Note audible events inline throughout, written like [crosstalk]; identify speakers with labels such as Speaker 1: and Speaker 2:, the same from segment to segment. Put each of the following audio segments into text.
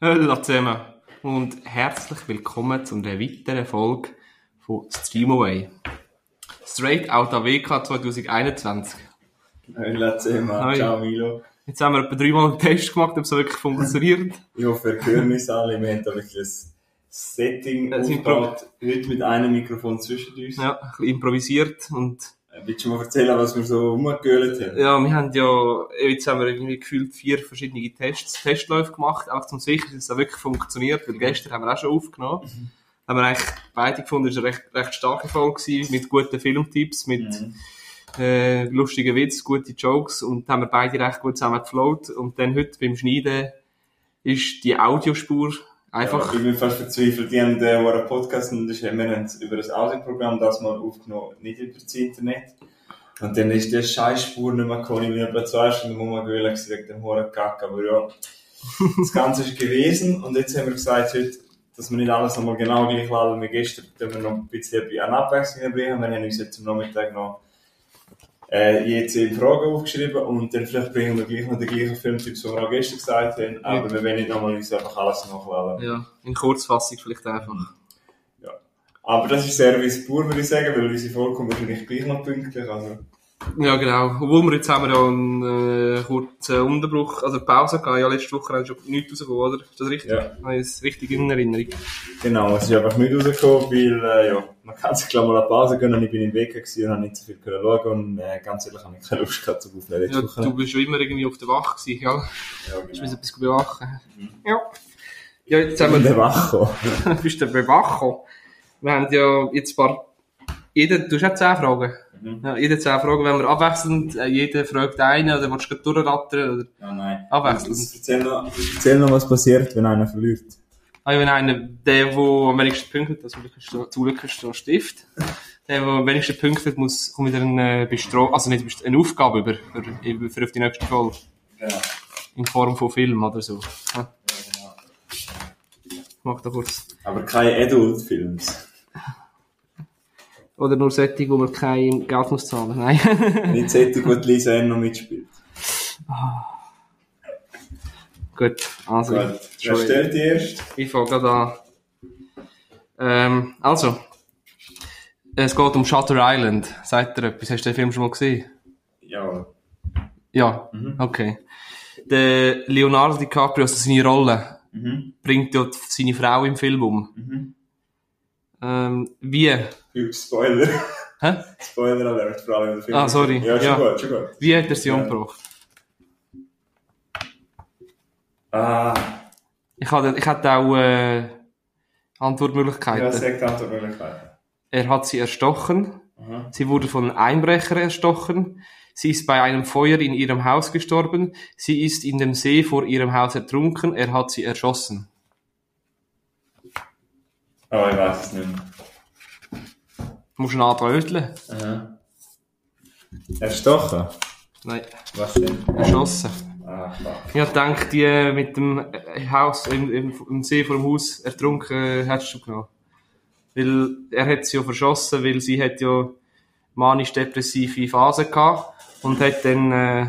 Speaker 1: Hallo zusammen und herzlich willkommen zu einer weiteren Folge von Streamaway. Straight Outta WK 2021.
Speaker 2: Hallo zusammen,
Speaker 1: Hi.
Speaker 2: ciao Milo.
Speaker 1: Jetzt haben wir etwa dreimal einen Test gemacht, ob es wirklich funktioniert.
Speaker 2: Ich hoffe, ihr hört uns alle. Wir haben da wirklich ein Setting
Speaker 1: Es sind
Speaker 2: aufgebaut. Heute mit einem Mikrofon zwischen uns. Äh,
Speaker 1: Ja, ein bisschen improvisiert und
Speaker 2: Willst du mal erzählen, was wir so rumgehöhlt haben?
Speaker 1: ja, wir haben ja, jetzt haben wir irgendwie gefühlt vier verschiedene Tests, Testläufe gemacht, auch zum sicher, dass es auch wirklich funktioniert, weil gestern haben wir auch schon aufgenommen. Haben wir eigentlich beide gefunden, es war eine recht, recht starke Folge gewesen, mit guten Filmtipps, mit
Speaker 2: Mhm.
Speaker 1: äh, lustigen Witz, gute Jokes und haben wir beide recht gut zusammen geflowt. Und dann heute beim Schneiden ist die Audiospur einfach,
Speaker 2: Ich bin fast verzweifelt. Die haben äh, einen Podcast und das haben wir haben es über das Audioprogramm das mal aufgenommen, nicht über das Internet. Und dann ist die Scheißspur nicht mehr gekommen. Ich bin etwa zwei Stunden rumgehöhlt gewesen wegen dem hohen Kack. Aber ja, das Ganze ist gewesen. Und jetzt haben wir gesagt, heute, dass wir nicht alles nochmal genau gleich laden wie gestern, dass wir noch ein bisschen an Abwechslung bringen. Wir haben uns jetzt am Nachmittag noch äh, je zehn Fragen aufgeschrieben und dann vielleicht bringen wir gleich noch den gleichen Filmtipps, die wir auch gestern gesagt haben. Aber wir werden nicht nochmal uns einfach alles nachladen.
Speaker 1: ja, in Kurzfassung vielleicht einfach.
Speaker 2: Aber das ist Service pur, würde ich sagen, weil unsere Folge kommt wahrscheinlich gleich noch pünktlich. Also,
Speaker 1: Ja, genau. Obwohl wir jetzt haben wir ja einen äh, kurzen Unterbruch, also Pause gehabt. Ja, letzte Woche haben schon nichts rausgekommen, oder? Ist das richtig?
Speaker 2: Ja.
Speaker 1: Habe ich es richtig in Erinnerung?
Speaker 2: genau, es ist einfach nicht rausgekommen, weil äh, ja, man kann sich gleich mal eine Pause gönnen. Ich bin im Weg gewesen und habe nicht so viel können schauen und äh, ganz ehrlich habe ich keine Lust gehabt, zu aufnehmen.
Speaker 1: Ja, du bist schon immer irgendwie auf der Wache gewesen, gell?
Speaker 2: ja,
Speaker 1: Du
Speaker 2: genau.
Speaker 1: musst etwas bewachen. Ja. Ja, jetzt haben wir...
Speaker 2: Und der Wacho.
Speaker 1: Du bist der Bewacher. Wir haben ja jetzt ein paar. Jeder, du hast auch 10 Fragen. Ja, jeder 10 Fragen, wenn wir abwechselnd, äh, jeder fragt einen oder willst du gerade durchrattern? Oder,
Speaker 2: Ja, nein.
Speaker 1: Abwechselnd.
Speaker 2: Jetzt Erzähl noch, erzähl noch, was passiert, wenn einer verliert.
Speaker 1: ah, ich bin einer, der, der am wenigsten punktet, also zu Glück ist der Stift. Der, der am wenigsten punktet, muss, kommt wieder eine Bestrafung, also nicht Bestra- eine Aufgabe über, für, für auf die nächste Folge.
Speaker 2: Genau.
Speaker 1: In Form von Film oder so. Ja. Mach da kurz.
Speaker 2: Aber keine Adult-Films.
Speaker 1: [laughs] Oder nur solche, wo man kein Geld muss zahlen. Nein.
Speaker 2: Nicht solche, wo die Lisa Ann noch mitspielt.
Speaker 1: Gut. Also.
Speaker 2: Gut. Wer
Speaker 1: schon-
Speaker 2: stellt die erst?
Speaker 1: Ich fange gerade an. Ähm, also, es geht um Shutter Island. Sagt ihr etwas? Hast du den Film schon mal gesehen?
Speaker 2: Ja.
Speaker 1: Ja,
Speaker 2: Mhm.
Speaker 1: okay. Der Leonardo DiCaprio, also seine Rolle,
Speaker 2: Mhm.
Speaker 1: bringt ja die- seine Frau im Film um.
Speaker 2: Mhm.
Speaker 1: Ähm, wie?
Speaker 2: Spoiler.
Speaker 1: Hä?
Speaker 2: Spoiler Alert, vor allem in der Film.
Speaker 1: Ah, sorry.
Speaker 2: Ja, schon
Speaker 1: Ja.
Speaker 2: gut, schon gut.
Speaker 1: Wie hat er sie
Speaker 2: Ja.
Speaker 1: umgebracht?
Speaker 2: Ah,
Speaker 1: Ich hatte, ich hatte auch äh,
Speaker 2: ja,
Speaker 1: Antwortmöglichkeiten.
Speaker 2: sagt Antwort Möglichkeiten.
Speaker 1: er hat sie erstochen.
Speaker 2: Aha.
Speaker 1: Sie wurde von einem Einbrecher erstochen. Sie ist bei einem Feuer in ihrem Haus gestorben. Sie ist in dem See vor ihrem Haus ertrunken. Er hat sie erschossen.
Speaker 2: Oh, ich weiß es nicht mehr.
Speaker 1: Musst du nachdröteln?
Speaker 2: Aha. Erstochen?
Speaker 1: Nein,
Speaker 2: Was denn?
Speaker 1: erschossen.
Speaker 2: Ah, fuck.
Speaker 1: Ich hab gedacht, die äh, mit dem äh, Haus im, im, im See vor dem Haus ertrunken äh, hättest du genommen. Weil er hat sie ja verschossen, weil sie hat ja manisch-depressive Phase gehabt und hat dann äh,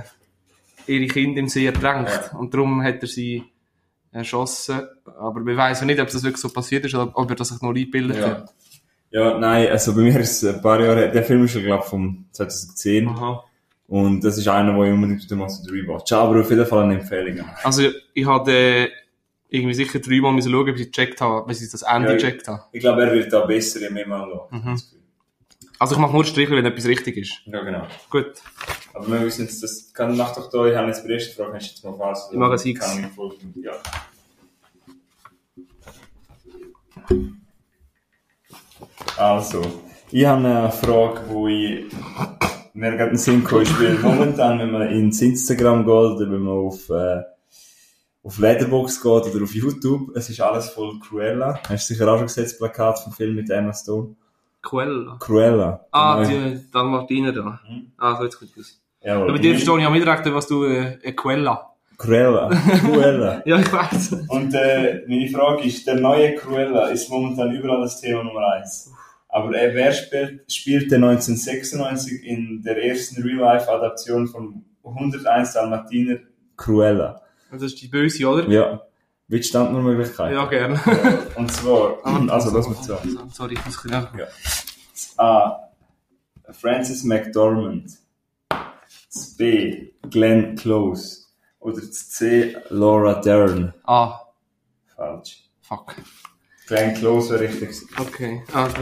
Speaker 1: ihre Kinder im See ertränkt. Und darum hat er sie erschossen. Aber wir wissen ja nicht, ob das wirklich so passiert ist oder ob er das sich nur eingebildet
Speaker 2: Ja.
Speaker 1: hat.
Speaker 2: ja, nein, also bei mir ist es ein paar Jahre, der Film ist ja, glaube ich, vom 2010.
Speaker 1: Aha.
Speaker 2: Und das ist einer, wo ich unbedingt mal so rewatch. Aber auf jeden Fall eine Empfehlung.
Speaker 1: Also ich habe äh, irgendwie sicher dreimal müssen schauen, ob ich gecheckt habe, bis ich das Ende
Speaker 2: Ja, ich-
Speaker 1: gecheckt habe.
Speaker 2: Ich glaube, er wird da besser, je mehr man schaut.
Speaker 1: Mhm. Also ich mache nur Striche, wenn etwas richtig ist.
Speaker 2: Ja, genau.
Speaker 1: Gut.
Speaker 2: Aber wir wissen jetzt, das kann, mach doch da, ich habe jetzt die erste Frage, hast du jetzt mal falsch.
Speaker 1: Ich mache ein X.
Speaker 2: Kann ich folgen. Ja. Also, ich habe eine Frage, wo ich mir gerade einen Sinn gekommen ist, weil momentan, wenn man ins Instagram geht oder wenn man auf, äh, auf Letterboxd geht oder auf YouTube, es ist alles voll Cruella. Hast du sicher auch schon gesehen, das Plakat vom Film mit Emma Stone?
Speaker 1: Quella.
Speaker 2: Cruella.
Speaker 1: Ah,
Speaker 2: Genau.
Speaker 1: die Dalmatiner da.
Speaker 2: Mhm.
Speaker 1: Ah, so jetzt kommt es.
Speaker 2: Jawohl.
Speaker 1: Aber dir verstehe ich auch nicht recht, was du äh, äh, Quella.
Speaker 2: Cruella. Cruella.
Speaker 1: Ja, ich weiß.
Speaker 2: Und äh, meine Frage ist, der neue Cruella ist momentan überall das Thema Nummer eins. Aber äh, wer spielt, spielte 1996 in der ersten Real-Life-Adaption von 101 Dalmatiner Cruella?
Speaker 1: Das ist die Böse, oder?
Speaker 2: Ja. Wie stand nur Möglichkeit?
Speaker 1: Ja, gerne. [laughs]
Speaker 2: Und zwar, also das mit zwei.
Speaker 1: Sorry, ich muss genau.
Speaker 2: Das A. Francis McDormand. Das B. Glenn Close. Oder das C. Laura Dern.
Speaker 1: Ah,
Speaker 2: Falsch.
Speaker 1: fuck.
Speaker 2: Glenn Close wäre richtig. gewesen.
Speaker 1: Okay, also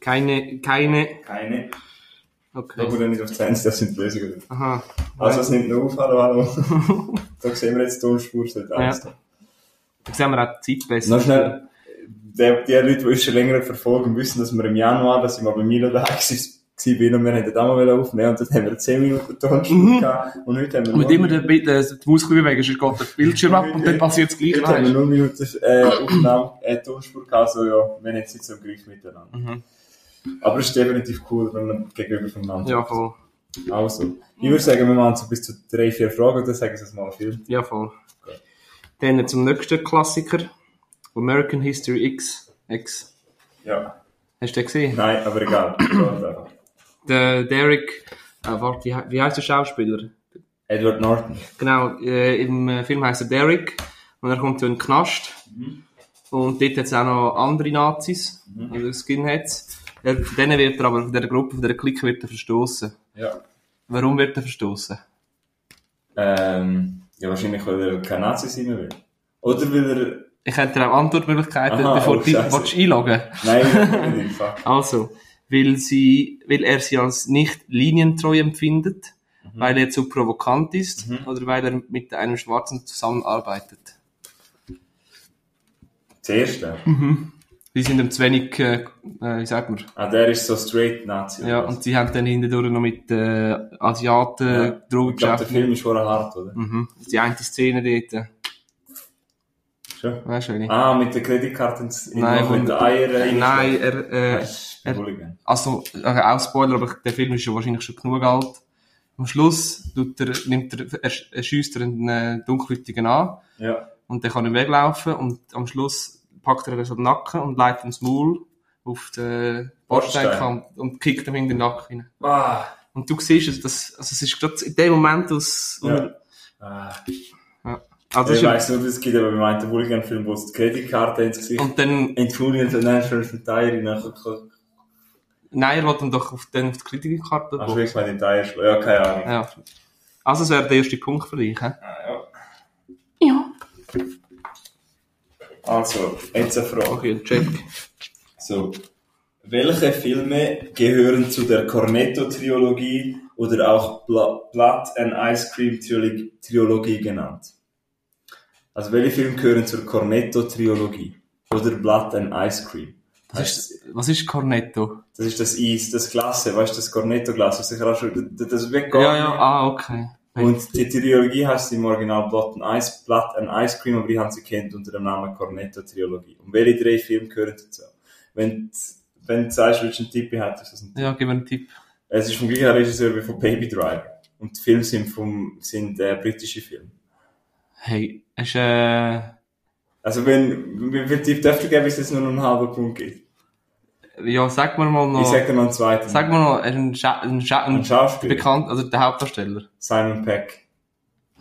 Speaker 1: keine, keine.
Speaker 2: Keine. Da
Speaker 1: Okay.
Speaker 2: wurde nicht auf 20, das sind die Lösungen.
Speaker 1: Aha.
Speaker 2: Also es nimmt noch auf, hallo, hallo. [laughs] da sehen wir jetzt die Tonspur, seit eins.
Speaker 1: Dann sehen wir auch die Zeit besser.
Speaker 2: Noch schnell, die, die Leute, die uns schon länger verfolgen, wissen, dass wir im Januar, dass ich mal bei Milo da war und wir hätten da mal aufnehmen und dann haben wir 10 Minuten Tonspur gehabt und heute haben wir
Speaker 1: Mhm. Und
Speaker 2: nur-
Speaker 1: immer der, der, die Maus ein bisschen bewegen, sonst geht der Bildschirm ab und dann passiert das Gleiche.
Speaker 2: Jetzt haben wir
Speaker 1: weißt du?
Speaker 2: nur Minuten äh, Aufnahme, äh, Tonspur gehabt, also ja, wir haben jetzt nicht so im Griff miteinander.
Speaker 1: Mhm.
Speaker 2: Aber es ist definitiv cool, wenn man gegenüber voneinander
Speaker 1: Ja, voll.
Speaker 2: Also, ich würde sagen, wir machen so bis zu drei, vier Fragen und dann sagen sie es mal viel.
Speaker 1: Ja, voll.
Speaker 2: Gut.
Speaker 1: Dann zum nächsten Klassiker. American History X. X.
Speaker 2: Ja.
Speaker 1: Hast du den gesehen?
Speaker 2: Nein,
Speaker 1: [clears throat]
Speaker 2: aber egal. Geht einfach.
Speaker 1: Der Derek, äh, warte, wie, he- wie heißt der Schauspieler?
Speaker 2: Edward Norton.
Speaker 1: Genau, äh, im äh, Film heißt er Derek und er kommt ja in den Knast.
Speaker 2: Mhm.
Speaker 1: Und dort hat es auch noch andere Nazis, also Skinheads. Er, von denen wird er aber, von dieser Gruppe, von dieser Clique wird er verstoßen.
Speaker 2: Ja.
Speaker 1: Warum wird er verstoßen?
Speaker 2: Ähm, ja, wahrscheinlich, weil er kein Nazi sein will. Oder weil
Speaker 1: Ich hätte dir auch Antwortmöglichkeiten,
Speaker 2: Aha,
Speaker 1: bevor
Speaker 2: oh,
Speaker 1: du
Speaker 2: Scheiße.
Speaker 1: willst du einloggen
Speaker 2: er...
Speaker 1: [laughs]
Speaker 2: Nein, nicht. Fuck.
Speaker 1: Also, weil, sie, weil er sie als nicht linientreu empfindet,
Speaker 2: Mhm.
Speaker 1: weil er zu provokant ist oder weil er mit einem Schwarzen zusammenarbeitet.
Speaker 2: Das erste.
Speaker 1: Sie sind ihm zu wenig, äh, äh, wie sagt man,
Speaker 2: Ah, der ist so straight Nazi.
Speaker 1: ja,
Speaker 2: oder was?
Speaker 1: und sie haben dann hinterher noch mit äh, Asiaten,
Speaker 2: Ja.
Speaker 1: ja. Drogen
Speaker 2: Ich glaube, der
Speaker 1: geschafft.
Speaker 2: Film ist schon hart, oder?
Speaker 1: Mhm. Das ist Die eine Szene dort,
Speaker 2: Schon.
Speaker 1: weißt du, welche?
Speaker 2: Ah, mit der Kreditkarte ins, in
Speaker 1: Nein,
Speaker 2: mit den Eiern.
Speaker 1: Nein, er, äh,
Speaker 2: Das ist Hooligan.
Speaker 1: also, okay, auch Spoiler, aber der Film ist ja wahrscheinlich schon genug alt. Am Schluss tut er, nimmt er, er, er schiesst er einen äh, Dunkelhäutigen an.
Speaker 2: Ja.
Speaker 1: Und der kann nicht weglaufen und am Schluss packt er ihn so den Nacken und leitet ihn ins Maul auf den Bordsteinkant und kickt ihm in den Nacken rein.
Speaker 2: Ah.
Speaker 1: Und du siehst, also, das, also es ist gerade in dem Moment, wo es...
Speaker 2: Ja. Ah.
Speaker 1: Also es
Speaker 2: ich
Speaker 1: ist,
Speaker 2: weiß nur, es gibt aber bei meinem Hooligan-Film, wo es die Kreditkarte ins Gesicht
Speaker 1: und dann...
Speaker 2: Entschuldigung, Financial Tire nachher.
Speaker 1: Nein, er will ihn doch auf, dann auf die Kreditkarte
Speaker 2: Ach,
Speaker 1: gehen.
Speaker 2: wirklich mal den Tire schlagen. Ja, keine Ahnung.
Speaker 1: Ja. Also es wäre der erste Punkt für dich. He?
Speaker 2: Ah, ja. Also, jetzt eine Frage.
Speaker 1: Okay, check.
Speaker 2: So. Welche Filme gehören zu der Cornetto-Trilogie oder auch Bla Blood and Ice Cream-Trilogie genannt? Also, welche Filme gehören zur Cornetto-Trilogie oder Blood and Ice Cream?
Speaker 1: Was ist, was ist Cornetto?
Speaker 2: Das ist das Eis, das Glasse, weißt du, das Cornetto-Glas, was ich gerade schon, das, das weggeht.
Speaker 1: Ja, ja, ah, okay.
Speaker 2: Und die Trilogie heißt im Original Blood and Ice, Blood and Ice Cream, aber ich habe sie kennt unter dem Namen Cornetto Trilogie. Und welche drei Filme gehören dazu? Wenn, du- wenn du sagst, willst du einen Tipp hat, ist das ein Tipp.
Speaker 1: Ja, gib mir einen Tipp.
Speaker 2: Es ist vom gleichen Regisseur wie von Baby Driver. Und die Filme sind vom, sind, äh, britische Filme.
Speaker 1: Hey, es ist... Äh,
Speaker 2: Also wenn, wie viel Tipp dürfte ich geben, bis es nur noch einen halben Punkt gibt?
Speaker 1: ja, sag mir mal noch...
Speaker 2: Ich sage dir noch einen zweiten.
Speaker 1: Sag mal noch, er ist ein, Scha ein, Scha ein
Speaker 2: Ein Schauspieler.
Speaker 1: bekannt, also der Hauptdarsteller.
Speaker 2: Simon Peck.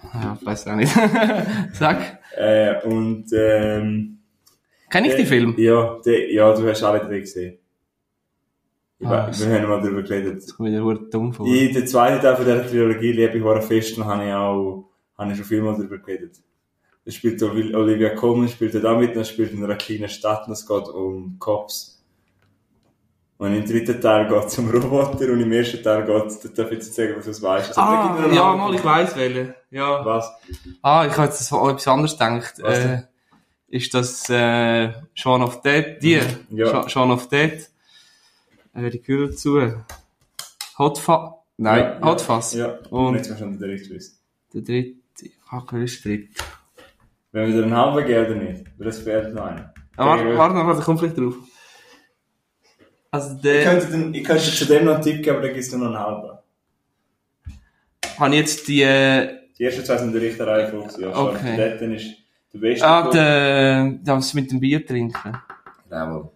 Speaker 1: Ah, Ich weiß auch nicht. [laughs] Sag,
Speaker 2: Äh, und, ähm,
Speaker 1: kenn ich den Film?
Speaker 2: Ja, der, ja, du hast alle drei gesehen. Ich
Speaker 1: Ah.
Speaker 2: weiß, wir haben mal darüber geredet.
Speaker 1: Das kommt mir wieder dumm vor.
Speaker 2: Ich, den zweiten Teil von dieser Trilogie liebe ich Horror fest und habe ich auch habe ich schon viel mal darüber geredet. Es spielt Oli- Olivia Colman, spielt da mit, und es spielt in einer kleinen Stadt und es geht um Cops. Und im dritten Teil geht es um Roboter und im ersten Teil geht es, da darf ich jetzt sagen, was du weißt. Also, da gibt
Speaker 1: Ah,
Speaker 2: es noch
Speaker 1: ja,
Speaker 2: einen-
Speaker 1: mal, ich weiss welchen. Ja.
Speaker 2: Was?
Speaker 1: Ah, ich habe jetzt an etwas anderes gedacht.
Speaker 2: Was
Speaker 1: Äh, ist das äh, Shaun of Dead? Die?
Speaker 2: Mhm. Ja.
Speaker 1: Sha- Shaun of Dead? Äh, die gehören dazu. Hot Fa Nein,
Speaker 2: ja,
Speaker 1: Hot Fuzz.
Speaker 2: Ja, und
Speaker 1: Und
Speaker 2: jetzt musst du schon den richtigen wissen.
Speaker 1: der dritte... Fuck, wer ist der dritte?
Speaker 2: Wenn wir dir einen halben geben oder nicht? Weil es fehlt noch einer.
Speaker 1: Ah, warte, warte, warte, ich komme vielleicht drauf. Also
Speaker 2: Ich
Speaker 1: der...
Speaker 2: könnte, den, ich könnte zu dem noch einen Tipp geben, aber dann gibt es nur noch einen halben.
Speaker 1: Habe ich jetzt die... Äh,
Speaker 2: Die ersten zwei sind in der richtigen Reihenfolge. Ja,
Speaker 1: Okay.
Speaker 2: okay. Der dritte ist der beste.
Speaker 1: Ah,
Speaker 2: Punkt.
Speaker 1: der, das mit dem Bier trinken.
Speaker 2: Jawohl.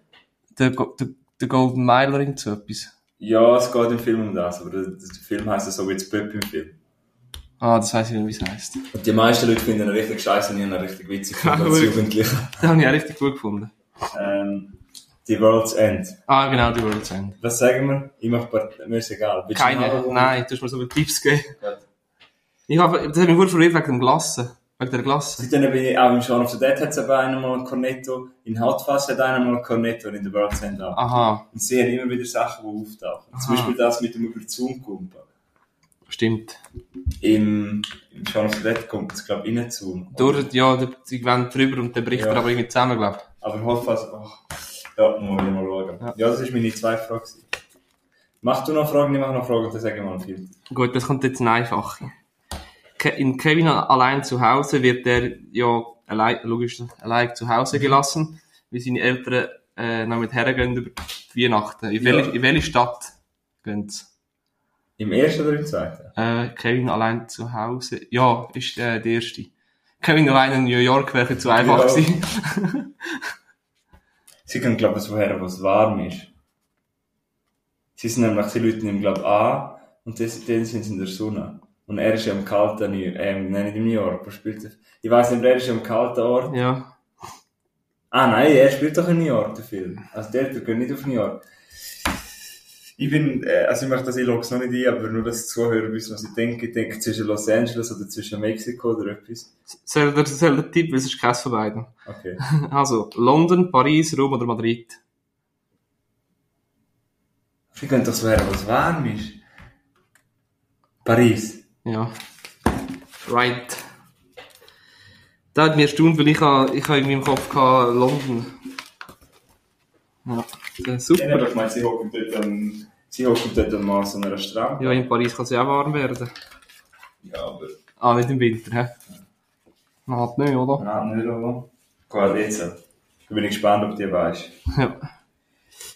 Speaker 1: Der, Go- der, der Golden Mile oder irgend so etwas.
Speaker 2: Ja, es geht im Film um das, aber der, der Film heisst ja so wie das Pöpp im Film.
Speaker 1: Ah, das weiss ich nicht, wie es heisst. [laughs]
Speaker 2: Und die meisten Leute finden ihn richtig scheiße und ich habe ihn richtig witzig
Speaker 1: Ja,
Speaker 2: gefunden als
Speaker 1: wirklich.
Speaker 2: Jugendlicher.
Speaker 1: Den habe ich auch richtig gut gefunden.
Speaker 2: Ähm, die World's End.
Speaker 1: Ah, genau, die World's End.
Speaker 2: Was sagen wir? Ich mache Part mir ist egal. Bist du
Speaker 1: Keine,
Speaker 2: noch-
Speaker 1: nein, du hast mir so viele Tipps gegeben.
Speaker 2: Gut.
Speaker 1: Ich habe, das hat mich gut verwirrt wegen dem Glassen. Wegen der Glasse.
Speaker 2: Seitdem bin ich auch im Shaun of the Dead hat es aber einmal ein Cornetto. In Hautfass hat einer mal ein Cornetto und in der World's End auch.
Speaker 1: Aha,
Speaker 2: Und sie haben immer wieder Sachen, die auftauchen. Zum
Speaker 1: Aha.
Speaker 2: Beispiel das mit dem Überzoom-Kumpen.
Speaker 1: stimmt.
Speaker 2: Im, im Shaun of the Dead kommt es, glaube ich, rein zu.
Speaker 1: Durch, ja, der- die wenden drüber und dann bricht
Speaker 2: Ja.
Speaker 1: er aber irgendwie zusammen, glaube ich.
Speaker 2: Aber Hautfass, ach, ja, muss ich mal schauen. Ja,
Speaker 1: Ja.
Speaker 2: das ist meine zweite Frage. gewesen. Mach du noch Fragen, ich mache noch Fragen und dann sage ich mal viel.
Speaker 1: Gut, das kommt jetzt ein einfacher. Ke in Kevin allein zu Hause wird er ja allein, logisch allein zu Hause
Speaker 2: Mhm.
Speaker 1: gelassen, weil seine Eltern äh, noch mit hergehen über die Weihnachten. In,
Speaker 2: Ja.
Speaker 1: welche, in welche Stadt gehen sie?
Speaker 2: Im ersten oder im zweiten?
Speaker 1: Äh, Kevin allein zu Hause. Ja, ist äh, der erste. Kevin allein in New York wäre zu einfach
Speaker 2: Ja.
Speaker 1: gewesen.
Speaker 2: Sie können, glaube ich, woher, wo es warm ist. Sie sind nämlich, die Leute nehmen, glaube ich, an und das- dann sind sie in der Sonne. Und er ist ja am kalten, New- ähm, nein, nicht im New York, wo spielt er? Ich weiß nicht, aber er ist ja am kalten Ort.
Speaker 1: Ja.
Speaker 2: Ah nein, er spielt doch in New York, der Film. Also die Eltern gehen nicht auf New York. Ich bin, äh, also ich mache das, ich log's noch nicht ein, aber nur, dass die Zuhörer wissen, was ich denke. Ich denke zwischen Los Angeles oder zwischen Mexiko oder etwas.
Speaker 1: Soll der, soll der Tipp, weil es ist keins von beiden.
Speaker 2: Okay.
Speaker 1: Also, London, Paris, Rom oder Madrid?
Speaker 2: Wir können doch so her, was warm ist. Paris.
Speaker 1: Ja. Right. Da hat mir erstaunt, weil ich, ha- ich habe irgendwie im Kopf gehabt, London. Ja, äh,
Speaker 2: Ja, aber
Speaker 1: super.
Speaker 2: ich meine, sie hocken dort an, sie hocken dort an Mars an einer Strand.
Speaker 1: Ja, in Paris kann es ja auch warm werden.
Speaker 2: Ja, aber...
Speaker 1: Ah, nicht im Winter, hä? Man hat nicht, oder?
Speaker 2: Nein, Ah, nicht, oder? Gut, jetzt. Da bin ich gespannt, ob du die [laughs] weißt.
Speaker 1: Ja.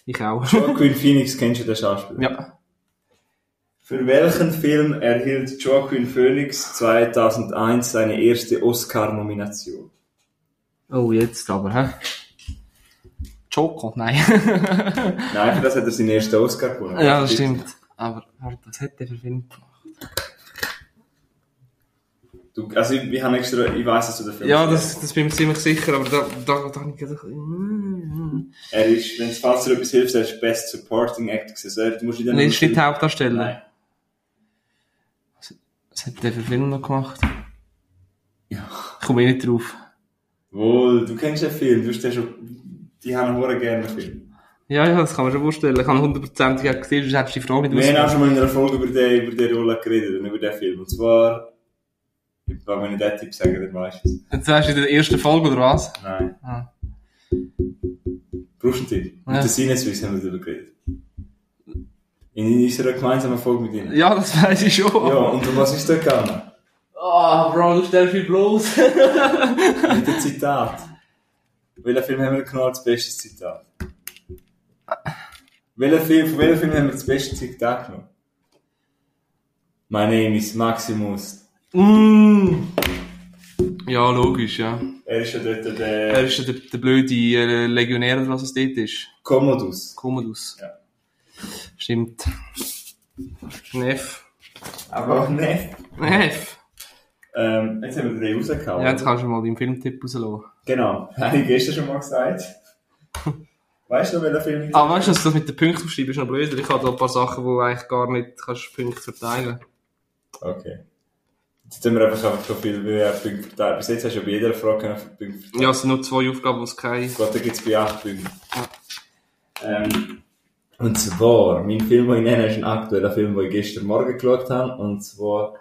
Speaker 1: Ich auch. [laughs]
Speaker 2: Joaquin Phoenix kennst du den Schauspieler?
Speaker 1: Ja.
Speaker 2: Für welchen Film erhielt Joaquin Phoenix 2001 seine erste Oscar-Nomination?
Speaker 1: Oh, jetzt aber, hä? Choco? Nein.
Speaker 2: Nein, für das hat er seinen ersten Oscar gewonnen.
Speaker 1: ja, [laughs] das stimmt. Aber, warte, was hat der für Film gemacht?
Speaker 2: Du, also ich, ich, habe extra, ich weiss, dass du den Film
Speaker 1: Ja,
Speaker 2: kennst.
Speaker 1: das, das bin ich mir ziemlich sicher, aber da, da, da habe ich gedacht... mm.
Speaker 2: Er ist, wenn es falls dir etwas hilft, er ist Best Supporting Actor gewesen. Also, du musst ihn dann
Speaker 1: Nicht nicht
Speaker 2: Nein.
Speaker 1: Hauptdarsteller? Was hat der für Film noch gemacht?
Speaker 2: Ja.
Speaker 1: Ich komme eh nicht drauf.
Speaker 2: Wohl, du kennst den Film, du hast den schon... Die haben einen gerne den Film.
Speaker 1: Ja, ja, das kann man schon vorstellen. Ich habe hundertprozentig auch gesehen, sonst hättest du die Frage nicht
Speaker 2: Wir haben auch
Speaker 1: ausgewählt.
Speaker 2: schon mal in einer Folge über den, über den Roller geredet und über den Film. Und zwar... Ich wenn ich diesen Tipp sage, dann weißt du es.
Speaker 1: Jetzt weißt du in der ersten Folge, oder was?
Speaker 2: Nein.
Speaker 1: Ah.
Speaker 2: Brauchst du den?
Speaker 1: Ja.
Speaker 2: Mit der Sinneswiss haben wir darüber geredet. In unserer gemeinsamen Folge mit ihnen.
Speaker 1: Ja, das weiß ich schon.
Speaker 2: Ja, und um was ist da gegangen?
Speaker 1: Ah, Bro, du stellst mich bloß.
Speaker 2: Mit dem Zitat. Welchen Film haben wir genau das beste Zitat? Welchen Film, von welchem Film haben wir das beste Zitat genommen? My name is Maximus.
Speaker 1: [laughs] mm. Ja, logisch, ja.
Speaker 2: Er ist ja dort der
Speaker 1: Er ist ja der, der blöde äh, Legionär, oder was es dort ist.
Speaker 2: Commodus.
Speaker 1: Commodus.
Speaker 2: Ja.
Speaker 1: Stimmt. Neff.
Speaker 2: Aber auch nicht.
Speaker 1: Neff.
Speaker 2: Ähm, jetzt haben wir den rausgehauen.
Speaker 1: Ja, jetzt kannst du mal deinen Filmtipp rauslassen.
Speaker 2: Genau. [laughs] Habe ich gestern schon mal gesagt. Weißt du, noch, welcher Film ich
Speaker 1: Ah, weißt du, dass das mit den Punkten aufschreiben ist noch blöder. Ich habe da ein paar Sachen, wo eigentlich gar nicht kannst Punkte verteilen
Speaker 2: Okay. Jetzt haben wir einfach einfach so viel wie äh, Punkte verteilt. Bis jetzt hast du ja bei jeder Frage können für Punkte verteilt.
Speaker 1: Ja, es sind nur zwei Aufgaben, die es keine...
Speaker 2: Gut, da gibt es bei 8 Punkten. Ähm, und zwar, mein Film, den ich nenne, ist ein aktueller Film, den ich gestern Morgen geschaut habe. Und zwar,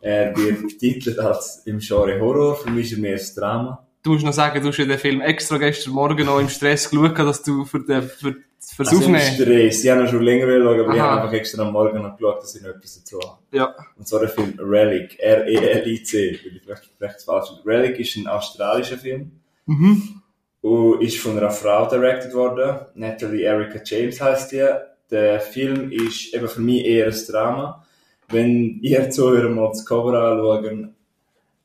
Speaker 2: er wird [laughs] betitelt als im Genre Horror. Für mich ist er mehr ein Drama.
Speaker 1: Du musst noch sagen, du hast ja den Film extra gestern Morgen noch im Stress geschaut, dass du für den... Für, fürs
Speaker 2: Also im
Speaker 1: Aufnehmen...
Speaker 2: Stress. Ich habe ihn schon länger geschaut, aber ich
Speaker 1: Aha.
Speaker 2: habe einfach extra am Morgen noch geschaut, dass ich noch etwas dazu habe.
Speaker 1: Ja.
Speaker 2: Und zwar der Film Relic, E R-E-L-I-C, weil ich vielleicht, vielleicht falsch Relic ist ein australischer Film.
Speaker 1: Mhm.
Speaker 2: Und ist von einer Frau directed worden. Natalie Erica James heißt die. Der Film ist eben für mich eher ein Drama. Wenn ihr [laughs] Zuhörer mal das Cover anschaut,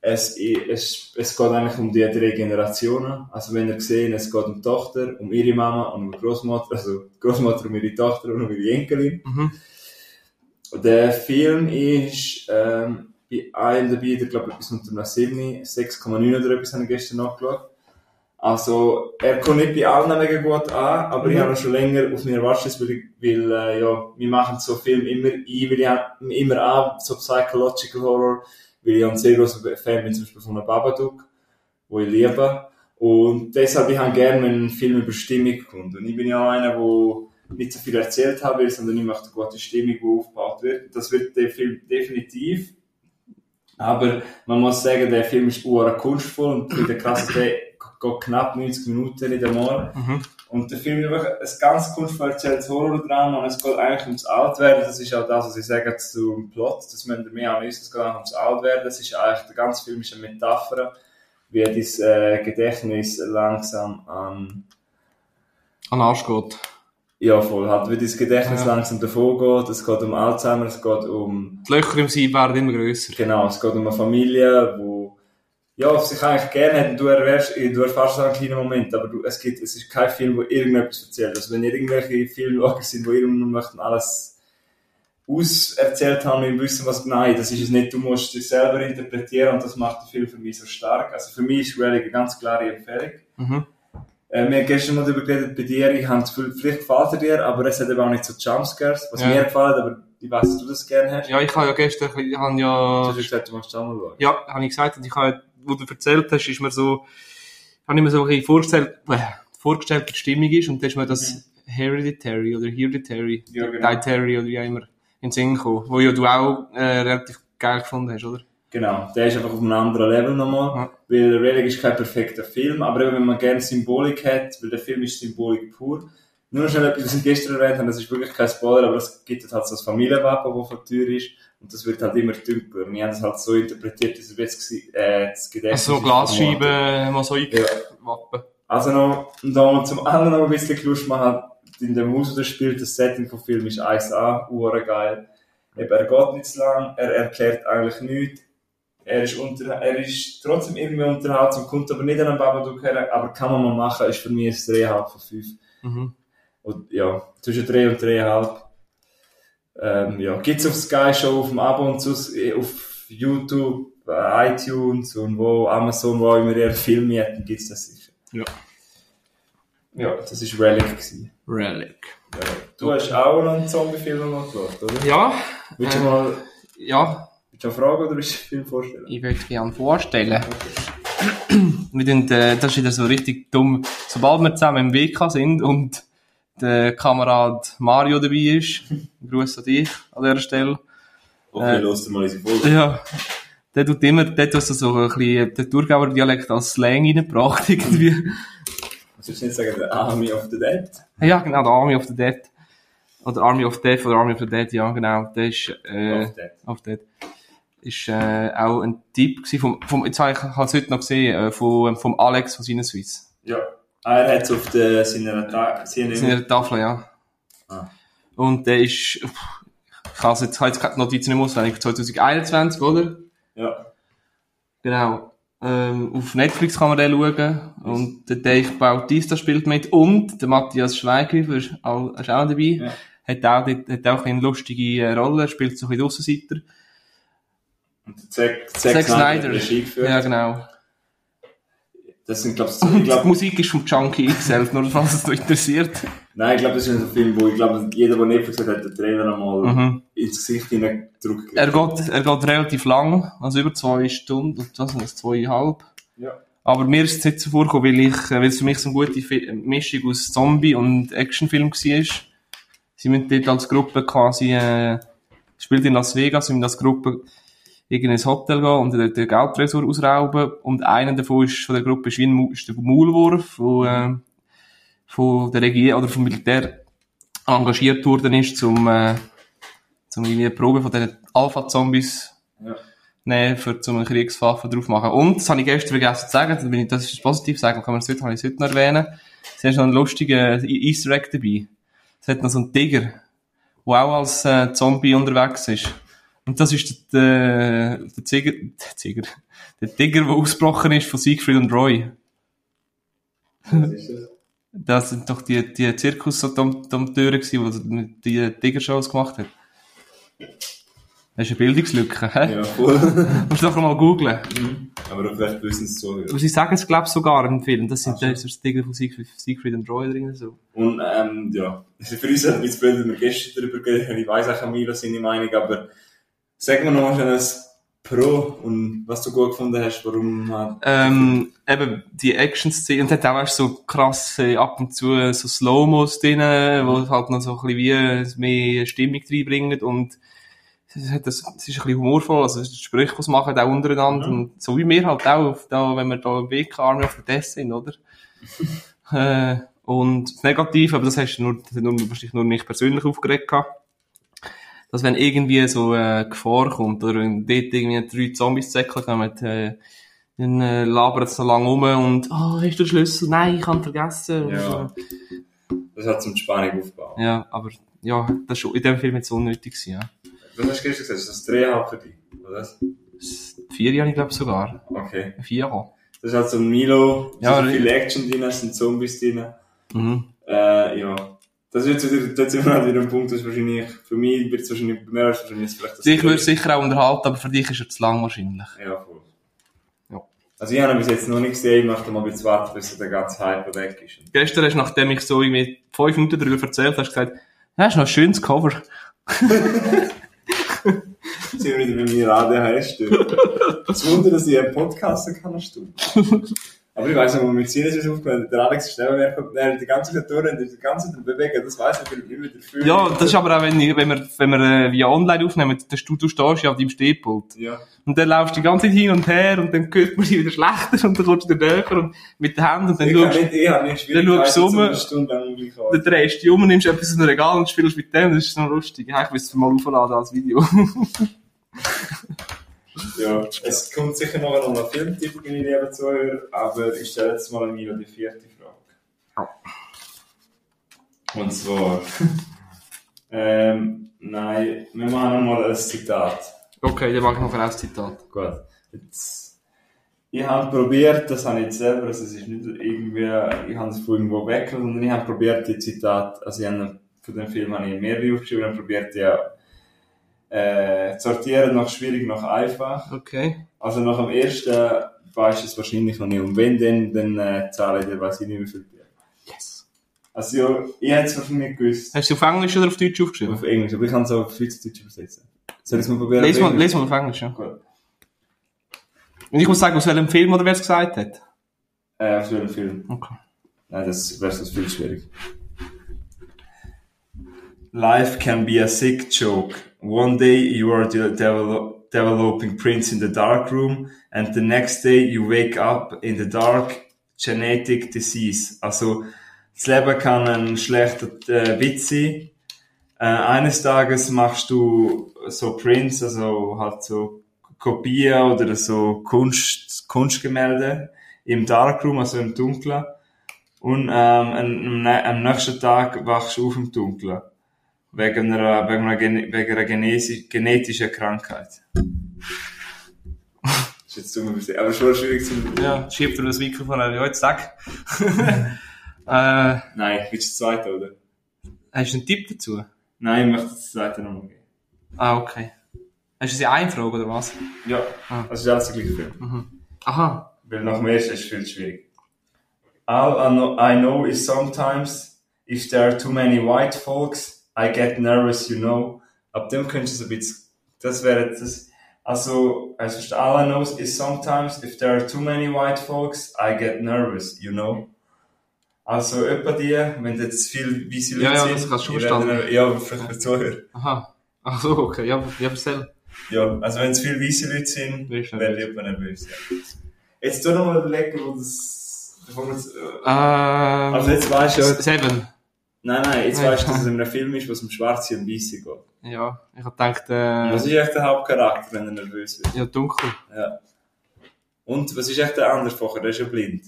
Speaker 2: es, es, es geht eigentlich um die drei Generationen. Also wenn ihr seht, es geht um die Tochter, um ihre Mama und um die Großmutter, also die Großmutter um ihre Tochter und um ihre Enkelin.
Speaker 1: Mhm.
Speaker 2: Der Film ist ähm, bei einem dabei, der glaube etwas unter einer 7, 6,9 oder etwas habe ich gestern nachgeschaut. Also, er kommt nicht bei allen mega gut an, aber ich habe ihn schon länger auf meiner Watchlist, weil, ich- weil äh, ja, wir machen so Filme immer ein, weil ich habe ihn immer an, so Psychological Horror, weil ich ein sehr großer Fan bin, zum Beispiel von Babadook, wo ich liebe. Und deshalb, ich habe gerne, wenn ein Film über Stimmung kommt. Und ich bin ja auch einer, der nicht so viel erzählt haben will, sondern ich möchte eine gute Stimmung, die aufgebaut wird. Das wird der Film definitiv. Aber man muss sagen, der Film ist uhr kunstvoll und für den krassen der geht knapp 90 Minuten nicht einmal.
Speaker 1: Mhm.
Speaker 2: Und der Film ist wirklich ein ganz kunstvoll erzähltes Horror-Drama und es geht eigentlich ums Altwerden. Das ist auch das, was ich sage zum Plot. Das müssen wir mehr anlesen. Es geht eigentlich ums Altwerden. Das ist eigentlich, der ganze Film ist eine Metapher, wie dein äh, Gedächtnis langsam ähm, an
Speaker 1: An den Arsch geht.
Speaker 2: ja, voll. Halt, wie dein Gedächtnis
Speaker 1: Ja.
Speaker 2: langsam davon geht. Es geht um Alzheimer, es geht um,
Speaker 1: Die Löcher im Sein werden immer grösser.
Speaker 2: genau, es geht um eine Familie, wo ja, sich eigentlich gerne hat und du erfährst, du erfährst einen kleinen Moment, aber du, es gibt, es ist kein Film, wo irgendetwas erzählt. Also wenn ihr irgendwelche Filme schaut, sind, wo ihr nur möchten alles auserzählt haben und wissen, was, nein, das ist es nicht, du musst dich selber interpretieren und das macht den Film für mich so stark. Also für mich ist Relic eine ganz klare Empfehlung.
Speaker 1: Mhm.
Speaker 2: Äh, wir haben gestern mal darüber geredet, bei dir, ich habe das Gefühl, vielleicht gefällt er dir, aber es hat eben auch nicht so Jumpscares, was
Speaker 1: Ja.
Speaker 2: mir gefällt, aber ich weiss, dass du das gerne hast.
Speaker 1: Ja, ich habe ja gestern, ein bisschen- ich habe
Speaker 2: Du
Speaker 1: ja,
Speaker 2: hast gesagt, du musst auch mal schauen.
Speaker 1: ja, habe ich gesagt, und ich habe, wo du erzählt hast, ist mir so, habe ich mir so ein bisschen vorgestellt, äh, vorgestellt, wie die Stimmung ist, und da ist mir das Hereditary oder Hereditary,
Speaker 2: Ja, genau.
Speaker 1: Dietary oder wie auch immer, in den Sinn gekommen, wo ja du auch äh, relativ geil gefunden hast, oder?
Speaker 2: Genau, der ist einfach auf einem anderen Level nochmal,
Speaker 1: Ja.
Speaker 2: weil Relic ist kein perfekter Film, aber eben, wenn man gerne Symbolik hat, weil der Film ist Symbolik pur. Nur noch schnell etwas, was ich gestern erwähnt habe, das ist wirklich kein Spoiler, aber es gibt halt so ein Familienwappen, das vor der Tür ist, und das wird halt immer dunkler. Und ich habe das halt so interpretiert, dass es jetzt gsi- äh, das Gedächtnis
Speaker 1: Also so
Speaker 2: ist vermordet.
Speaker 1: Glasscheiben,
Speaker 2: Ja.
Speaker 1: Mosaik-Wappen.
Speaker 2: Also noch, und da zum anderen noch ein bisschen Lust machen, in dem Haus, wo das spielt, das Setting vom Film ist 1A, uhr geil. Eben, er geht nicht zu lang, er erklärt eigentlich nichts. Er ist, unter, er ist trotzdem irgendwie unterhaltsam, kommt aber nicht an den Babadook her, aber kann man mal machen, ist für mich ein 3,5 von 5.
Speaker 1: Mhm.
Speaker 2: Und, ja, zwischen 3 und 3,5. Ähm, ja, gibt's auf Sky schon auf dem Abo und sonst eh, auf YouTube, äh, iTunes und wo, Amazon, wo auch immer ihr Filme hätten, gibt's das sicher.
Speaker 1: Ja.
Speaker 2: Ja, das ist Relic gewesen.
Speaker 1: Relic.
Speaker 2: Du hast auch noch einen Zombie-Film noch geschaut, oder?
Speaker 1: Ja,
Speaker 2: Willst du
Speaker 1: Äh.
Speaker 2: mal,
Speaker 1: ja,
Speaker 2: willst du mal fragen oder willst du den Film vorstellen?
Speaker 1: ich würde gerne vorstellen. Wir tun, äh, das ist wieder so richtig dumm. Sobald wir zusammen im WK sind und der Kamerad Mario dabei ist, Gruß an dich an dieser Stelle.
Speaker 2: Okay,
Speaker 1: Äh.
Speaker 2: los dir mal unsere Folge.
Speaker 1: Ja, der tut immer, der tut so- so ein bisschen den Thurgauer Dialekt als Slang reingebracht irgendwie.
Speaker 2: Sollst du nicht sagen, der Army of the Dead?
Speaker 1: Ja, genau, der Army of the Dead. Oder Army of Death oder Army of the Dead, ja, genau. Der ist, äh,
Speaker 2: Of Dead.
Speaker 1: auf Dead. Ist, äh, auch ein Typ gewesen vom, vom, jetzt habe ich es heute noch gesehen, äh, vom, vom Alex von seiner Swiss.
Speaker 2: Ja. Ah, er hat's auf der, seiner, Ta- seiner,
Speaker 1: Das ist in der Tafel, ja.
Speaker 2: Ah.
Speaker 1: Und der ist, pff, ich kann jetzt, ich habe jetzt keine Notizen nicht auswendig, 2021, oder?
Speaker 2: ja.
Speaker 1: Genau. Ähm, auf Netflix kann man den schauen. Und der Dave Bautista spielt mit. Und der Matthias Schweighöfer ist, all, ist auch dabei.
Speaker 2: Ja.
Speaker 1: Hat auch, dort- hat auch eine lustige äh, Rolle. Er spielt so ein bisschen Aussenseiter.
Speaker 2: Und der Zack,
Speaker 1: Zack
Speaker 2: hat die
Speaker 1: Snyder.
Speaker 2: Regie geführt.
Speaker 1: Ja, genau.
Speaker 2: Das sind, glaube
Speaker 1: [laughs]
Speaker 2: ich,
Speaker 1: Und
Speaker 2: ich glaub,
Speaker 1: die Musik ist vom Junkie X selbst, nur falls es noch interessiert.
Speaker 2: nein, ich glaube, das ist ein Film, wo ich glaube, jeder, der Netflix hat, hat den Trailer einmal
Speaker 1: Mhm.
Speaker 2: ins Gesicht hineingedrückt.
Speaker 1: Er geht, er geht relativ lang, also über zwei Stunden, und was sind das, zweieinhalb.
Speaker 2: Ja.
Speaker 1: Aber mir ist es nicht so vorgekommen, weil ich, äh, weil es für mich so eine gute Fi äh, Mischung aus Zombie und Actionfilm war. Sie müssen dort als Gruppe quasi, äh, spielt in Las Vegas, sie müssen als Gruppe in ein Hotel gehen und dort den Geldtresor ausrauben. Und einer davon ist, von der Gruppe ist wie ein, Mu- ist der Maulwurf, wo, äh, von der Regierung oder vom Militär engagiert worden ist, zum, äh, zum irgendwie eine Probe von den Alpha-Zombies
Speaker 2: Ja.
Speaker 1: nehmen, für, zum einen Kriegswaffen drauf machen. Und, das habe ich gestern vergessen zu sagen, das, bin ich, das ist positiv, sagen kann man es heute, kann ich es heute noch erwähnen. Es ist noch ein lustiger äh, E-, Easter Egg dabei. Es hat noch so einen Tiger, der auch als äh, Zombie unterwegs ist. Und das ist der, äh, der, der Tiger, der Tiger, der Tiger, der ausgebrochen ist von Siegfried und Roy.
Speaker 2: Was ist das?
Speaker 1: Das sind doch die, die Zirkus-Dompteure gewesen, die die Tiger-Shows gemacht haben. Das ist eine Bildungslücke, hä?
Speaker 2: [laughs] Ja, voll.
Speaker 1: Musst du doch mal googeln.
Speaker 2: Aber vielleicht wissen es Zuhörer.
Speaker 1: Aber sie sagen es, glaube Also ich, sogar im Film. Das sind
Speaker 2: Ach so.
Speaker 1: das ist das Ding von Siegfried, Siegfried und Roy drin. So.
Speaker 2: Und ähm, ja, für uns hat mich das Bild, wir gestern darüber geredet haben, ich weiss auch, Camilo seine Meinung, aber sag mir noch mal ein Pro und was du gut gefunden hast, warum hat...
Speaker 1: Ähm, eben die Action-Szene. Und hat auch weißt, so krasse, ab und zu äh, so Slow-Mos drin, wo halt noch so ein bisschen wie mehr Stimmung reinbringen. Und es, hat das, es ist ein bisschen humorvoll. Also die Sprüche, die sie machen, auch untereinander.
Speaker 2: Mhm.
Speaker 1: Und so wie wir halt auch, auf- da, wenn wir da im Weg Army auf der Test sind, oder? äh, und das Negative, aber das hast du nur, das hat nur, wahrscheinlich nur mich persönlich aufgeregt gehabt. dass wenn irgendwie so äh, Gefahr kommt oder wenn dort irgendwie drei Zombies zäckeln kommen, äh, dann äh, labern sie so lange rum und «Oh, hast du den Schlüssel? Nein, ich habe ihn vergessen.»
Speaker 2: Ja. Das hat zum Spannung aufgebaut.
Speaker 1: ja, aber ja, das ist schon in dem Film jetzt unnötig gewesen, ja.
Speaker 2: Was hast du gestern gesagt? Ist das dreieinhalb für dich? Oder was?
Speaker 1: Vier Jahre, ich glaube sogar.
Speaker 2: Okay.
Speaker 1: Vier Jahre.
Speaker 2: Das hat so ein Milo,
Speaker 1: Ja,
Speaker 2: so
Speaker 1: aber-
Speaker 2: viel Action drin, es sind Zombies drin.
Speaker 1: Mhm.
Speaker 2: Äh, ja. Das wird wieder, das sind wir halt wieder ein Punkt, das ist wahrscheinlich, für mich wird es wahrscheinlich, mehr als wahrscheinlich jetzt vielleicht das...
Speaker 1: Ich würde sicher auch unterhalten, aber für dich ist er zu lang wahrscheinlich.
Speaker 2: Ja, voll.
Speaker 1: Ja.
Speaker 2: Also ich habe ihn bis jetzt noch nicht gesehen, ich möchte mal ein bisschen warten, bis so der ganze Hype weg ist.
Speaker 1: Gestern hast du, nachdem ich so irgendwie fünf Minuten darüber erzählt hast, gesagt «Das ist noch ein schönes Cover.»
Speaker 2: Jetzt sind wir wieder bei mir ADHS stört. Das Wunder, dass ich einen Podcast kann stört. Aber ich weiß nicht, wo wir ziehen, das ist aufgehört. Der Alex ist schnell, er kommt er hat die ganze Zeit durch und die ganze Zeit bewegen, das weiß ich nicht mehr dafür.
Speaker 1: Ja, das ist aber auch, wenn, ich- wenn wir, wenn wir äh, via online aufnehmen, dass du, du stehst ja auf deinem Stehpult.
Speaker 2: Ja.
Speaker 1: Und dann laufst du die ganze Zeit hin und her und dann hört man dich wieder schlechter und dann kommst du dir näher und mit der Hand und dann
Speaker 2: Ich
Speaker 1: schaust
Speaker 2: habe
Speaker 1: du,
Speaker 2: nicht, ich habe nicht
Speaker 1: Dann schaust du um.
Speaker 2: Schwierigkeiten, um eine Stunde lang gleich
Speaker 1: dann drehst du dich um und nimmst etwas aus dem Regal und spielst mit dem, das ist so lustig. Ja, ich müsste es mal aufladen als Video. [laughs]
Speaker 2: Ja. Es kommt sicher noch ein anderer Filmtipp, meine lieben Zuhörer, aber ich stelle jetzt mal an Milo die vierte Frage. Und zwar, [laughs] ähm, nein, wir machen mal ein Zitat.
Speaker 1: okay, dann mache ich noch ein Zitat.
Speaker 2: Gut. Jetzt, ich habe probiert, das habe ich jetzt selber, also es ist nicht irgendwie, ich habe es von irgendwo weg, sondern ich habe probiert, die Zitate, also ich habe für den Film habe ich mehrere aufgeschrieben, habe probiert, die äh, zu sortieren, nach schwierig, nach einfach.
Speaker 1: Okay.
Speaker 2: Also nach dem ersten weiß es wahrscheinlich noch nicht. Und wenn denn, dann äh, zahle ich dir, weiß ich nicht, wie viel dir.
Speaker 1: Yes.
Speaker 2: Also ja, ich hätte es wahrscheinlich nicht gewusst.
Speaker 1: Hast du auf Englisch oder auf Deutsch aufgeschrieben?
Speaker 2: Auf Englisch, aber ich kann es auch auf Schweizerdeutsch übersetzen. Soll ich es mal probieren?
Speaker 1: Lies mal,
Speaker 2: Auf Englisch?
Speaker 1: lies mal auf Englisch, ja.
Speaker 2: Gut.
Speaker 1: Und ich muss sagen, aus welchem Film oder wer es gesagt hat.
Speaker 2: Äh, auf welchen Film?
Speaker 1: Okay.
Speaker 2: Nein, das wäre sonst viel schwierig. Life can be a sick joke. One day you are de develop developing prints in the dark room, and the next day you wake up in the dark genetic disease. Also, das Leben kann ein schlechter äh, Witz sein. Äh, eines Tages machst du so Prints, also halt so Kopien oder so Kunst, Kunstgemälde im Darkroom, also im Dunkeln. Und ähm, am- am, nä- am nächsten Tag wachst du auf im Dunkeln. Wegen einer, wegen einer, Gene, wegen einer Genesi, genetischen Krankheit. [laughs] ist jetzt dumm, aber schon schwierig zu...
Speaker 1: Ja, schiebt dir das Mikrofon an. Ja, jetzt sag. [laughs] äh,
Speaker 2: Nein, willst du das zweite, oder?
Speaker 1: hast du einen Tipp dazu?
Speaker 2: Nein, ich möchte das zweite nochmal geben.
Speaker 1: Ah, okay. Hast du sie eine Frage oder was?
Speaker 2: Ja,
Speaker 1: Ah.
Speaker 2: das ist alles der gleiche Film.
Speaker 1: Aha.
Speaker 2: Weil nach dem ersten ist es viel schwierig. All I know, I know is sometimes, if there are too many white folks, I get nervous, you know. Ab dem könntest du so ein bisschen, das wäre das, also, also, all I know is sometimes, if there are too many white folks, I get nervous, you know. Also, etwa die, wenn da jetzt viel weiße
Speaker 1: Ja, ja,
Speaker 2: sind,
Speaker 1: das kannst du
Speaker 2: die
Speaker 1: verstanden.
Speaker 2: werden- Ja, [laughs] aber vielleicht für Zuhörer.
Speaker 1: Aha. Ach so, okay. Ja, ja, erzähl.
Speaker 2: Ja, also wenn es viele weiße Leute sind,
Speaker 1: Wirst du
Speaker 2: dann wird man nervös. Ja. Jetzt tu noch mal überlegen, wo das. Wo man das äh,
Speaker 1: Ähm,
Speaker 2: also jetzt weißt du.
Speaker 1: S- Seven.
Speaker 2: Nein, nein, jetzt weißt du, dass es in einem Film ist, was um Schwarze und Weiße geht.
Speaker 1: Ja, ich hab gedacht,
Speaker 2: Was
Speaker 1: äh,
Speaker 2: ist echt der Hauptcharakter, wenn er nervös wird?
Speaker 1: ja, dunkel.
Speaker 2: Ja. Und was ist echt der andere Facher? Der ist ja blind.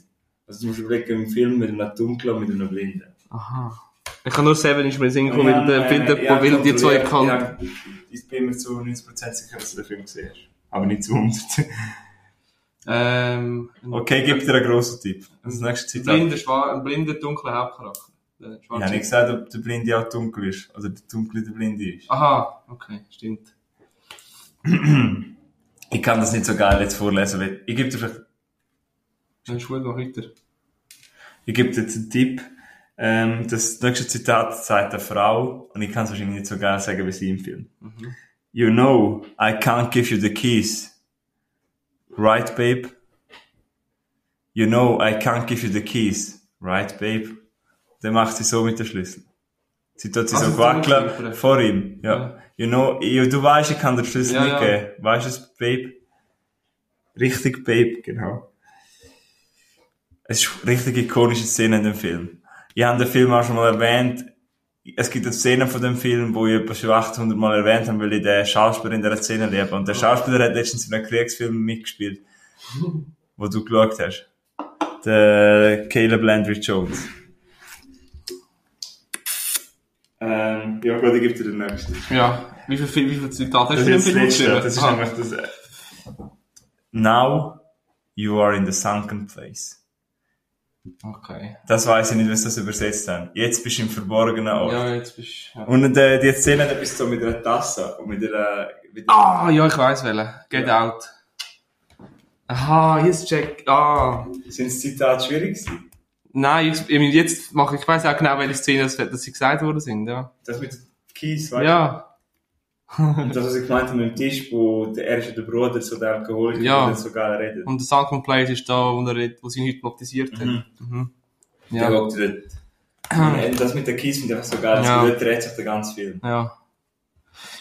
Speaker 2: Also du musst überlegen, im Film mit einem Dunklen und mit einem Blinden.
Speaker 1: Aha. Ich kann nur Seven ist mir in den Sinn gekommen,
Speaker 2: Ja,
Speaker 1: weil der
Speaker 2: äh,
Speaker 1: Peter
Speaker 2: ich hab
Speaker 1: Pavel die zwei kann.
Speaker 2: kontrolliert, ich hab- Ich bin mir zu 90% sicher, dass du den Film gesehen hast. Aber nicht zu 100%.
Speaker 1: Ähm, ein
Speaker 2: Okay, gib dir einen grossen Tipp. Das nächste Zitat.
Speaker 1: blinder, schwar ein blinder, dunkler Hauptcharakter. Der
Speaker 2: Ich
Speaker 1: schwarze-
Speaker 2: habe Genau. nicht gesagt, ob der Blinde auch dunkel ist. Oder der Dunkle der Blinde ist.
Speaker 1: Aha, okay, stimmt.
Speaker 2: ich kann das nicht so geil jetzt vorlesen. weil Ich gebe dir vielleicht
Speaker 1: Dann ist gut, mach weiter.
Speaker 2: Ich gebe dir jetzt einen Tipp. Ähm, das nächste Zitat sagt eine Frau, und ich kann es wahrscheinlich nicht so geil sagen wie sie im Film. You know, I can't give you the keys. Right, babe? You know, I can't give you the keys. Right, babe? Dann macht sie so mit dem Schlüssel. Sie tut sie
Speaker 1: Also
Speaker 2: so
Speaker 1: so mit dem
Speaker 2: wackeln
Speaker 1: Schlüssel.
Speaker 2: vor ihm. Ja.
Speaker 1: Ja.
Speaker 2: You know, you, du weißt, ich kann den Schlüssel
Speaker 1: Ja,
Speaker 2: nicht
Speaker 1: ja.
Speaker 2: geben. Weißt du es, babe? Richtig, babe, genau. Es ist eine richtig ikonische Szene in dem Film. Ich habe den Film auch schon mal erwähnt. Es gibt eine Szene von dem Film, wo ich etwa schon 800 Mal erwähnt habe, weil ich den Schauspieler in dieser Szene liebe. Und der Schauspieler hat letztens in einem Kriegsfilm [laughs] mitgespielt, wo du geschaut hast. Der Caleb Landry Jones. Ähm, ja gut, ich gebe dir den nächsten.
Speaker 1: Ja, wie viel, wie viel Zitate
Speaker 2: Das
Speaker 1: hast du
Speaker 2: ist
Speaker 1: im
Speaker 2: das
Speaker 1: Film
Speaker 2: letzte,
Speaker 1: aufgeschrieben?
Speaker 2: das ist
Speaker 1: Ah.
Speaker 2: nämlich das... äh, Now you are in the sunken place.
Speaker 1: Okay.
Speaker 2: Das weiß ich nicht, was das übersetzt haben. Jetzt bist du im verborgenen Ort.
Speaker 1: Ja, jetzt bist du... Ja.
Speaker 2: Und äh, die Szene, da bist du so mit einer Tasse und mit einer... Mit
Speaker 1: Ah, ja, ich weiß welchen. Get out. Aha, jetzt check. Ah.
Speaker 2: Sind das Zitate schwierig gewesen?
Speaker 1: Nein, ich, ich, meine, jetzt mache ich, ich weiß auch genau, welche Szenen das, dass sie gesagt worden sind, ja.
Speaker 2: Das mit den Keys, weißt
Speaker 1: Ja,
Speaker 2: du? Und das, was ich gemeint habe mit dem Tisch, wo der erste der Bruder, so der Alkoholiker,
Speaker 1: Ja.
Speaker 2: der so geil redet.
Speaker 1: und der Sunken Place ist da, wo er redet, wo sie ihn hypnotisiert hat. Mhm.
Speaker 2: Der
Speaker 1: Ja.
Speaker 2: guckt dir
Speaker 1: [clears throat]
Speaker 2: das- Und das mit den Keys finde ich einfach so geil.
Speaker 1: Ja.
Speaker 2: Das Bild dreht sich der ganze Film.
Speaker 1: ja.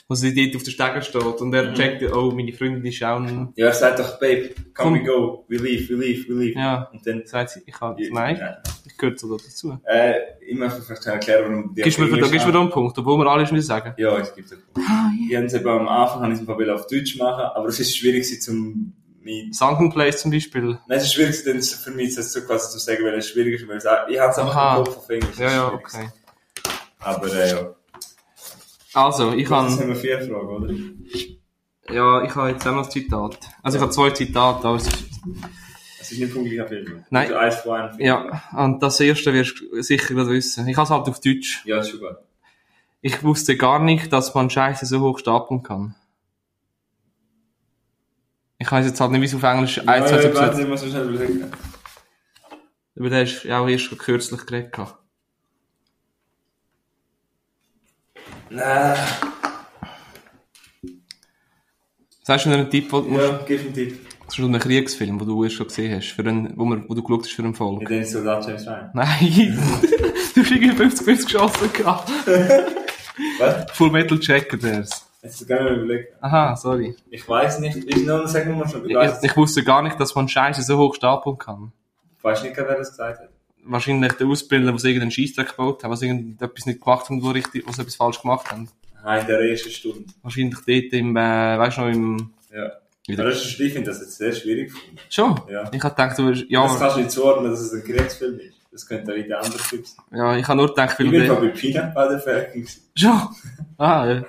Speaker 1: Wo sie dort auf der Stege steht und
Speaker 2: Mhm.
Speaker 1: er checkt, oh, meine Freundin ist auch ein...
Speaker 2: Ja, er sagt doch, Babe, come
Speaker 1: Komm.
Speaker 2: we go, we leave, we leave, we leave.
Speaker 1: Ja.
Speaker 2: Und dann...
Speaker 1: Sagt sie, ich habe... Nein, ich gehöre so dazu.
Speaker 2: Äh, ich möchte vielleicht schnell erklären, warum die
Speaker 1: Gibst du mir,
Speaker 2: Englisch
Speaker 1: gibst du mir da einen Punkt, obwohl wir alle müssen sagen.
Speaker 2: Ja, es gibt einen Punkt. Ich habe es eben am Anfang habe ich es ein paar Bilder auf Deutsch machen, aber es ist schwierig gewesen, zum mich
Speaker 1: Sunken Place zum Beispiel.
Speaker 2: Nein, es ist schwierig gewesen, dann für mich das so quasi zu sagen, weil es schwierig ist, weil es auch, ich habe es einfach
Speaker 1: Aha.
Speaker 2: im Kopf auf Englisch.
Speaker 1: Ja, ja,
Speaker 2: Es ist schwierig.
Speaker 1: okay.
Speaker 2: Aber äh, ja.
Speaker 1: Also, ich
Speaker 2: Jetzt
Speaker 1: habe...
Speaker 2: haben wir vier Fragen, oder?
Speaker 1: Ja, ich habe jetzt einmal ein Zitat. Also ich habe zwei Zitate, aber es ist,
Speaker 2: Es ist nicht vom gleichen Film.
Speaker 1: Nein.
Speaker 2: Also eins von einem Film.
Speaker 1: ja, und das erste wirst du sicher gerade wissen. Ich habe es halt auf Deutsch.
Speaker 2: Ja, ist schon gut.
Speaker 1: Ich wusste gar nicht, dass man Scheiße so hoch stapeln kann. Ich weiß jetzt halt nicht, wie es auf Englisch
Speaker 2: Nein,
Speaker 1: eins zu eins
Speaker 2: ich weiß
Speaker 1: übersetzt.
Speaker 2: nicht, was so schnell überlegen.
Speaker 1: Über den hast du ja auch erst schon kürzlich geredet. gehabt.
Speaker 2: Nein.
Speaker 1: Sagst du mir einen Tipp, wo, ja.
Speaker 2: Ja, gib einen Tipp.
Speaker 1: das ist ein Kriegsfilm, den du erst schon gesehen hast, für einen, wo, wir, wo du geschaut hast für einen Volk?
Speaker 2: Mit dem Soldat James Ryan.
Speaker 1: [laughs] Nein, [laughs] du hast irgendwie 50 50 geschossen gehabt.
Speaker 2: Was?
Speaker 1: Full Metal Jacket wär's.
Speaker 2: Jetzt ist gar nicht überlegen.
Speaker 1: Aha, sorry.
Speaker 2: Ich weiß nicht, ich nur, sagen wir mal schon, ich
Speaker 1: Ich,
Speaker 2: weiß,
Speaker 1: ich wusste gar nicht, dass man Scheiße so hoch stapeln kann.
Speaker 2: ich weiß nicht, wer das gesagt hat.
Speaker 1: Wahrscheinlich der Ausbilder, der irgendeinen Scheißdreck gebaut hat, was irgendetwas nicht gemacht hat, wo richtig, was etwas falsch gemacht haben.
Speaker 2: Ah, in der ersten Stunde.
Speaker 1: Wahrscheinlich dort im, äh, weißt du noch, im...
Speaker 2: Ja.
Speaker 1: Wieder.
Speaker 2: Aber das ist, ich finde das jetzt sehr schwierig.
Speaker 1: Schon?
Speaker 2: Ja.
Speaker 1: Ich hab gedacht, du wirst,
Speaker 2: Das
Speaker 1: ja,
Speaker 2: kannst du nicht zuordnen, dass es ein Kriegsfilm ist. Das könnte auch jeder andere Film sein.
Speaker 1: ja, ich hab nur gedacht,
Speaker 2: Ich
Speaker 1: weil
Speaker 2: bin
Speaker 1: du...
Speaker 2: bei Peanut Butter Falcon.
Speaker 1: Schon? Ah, ja.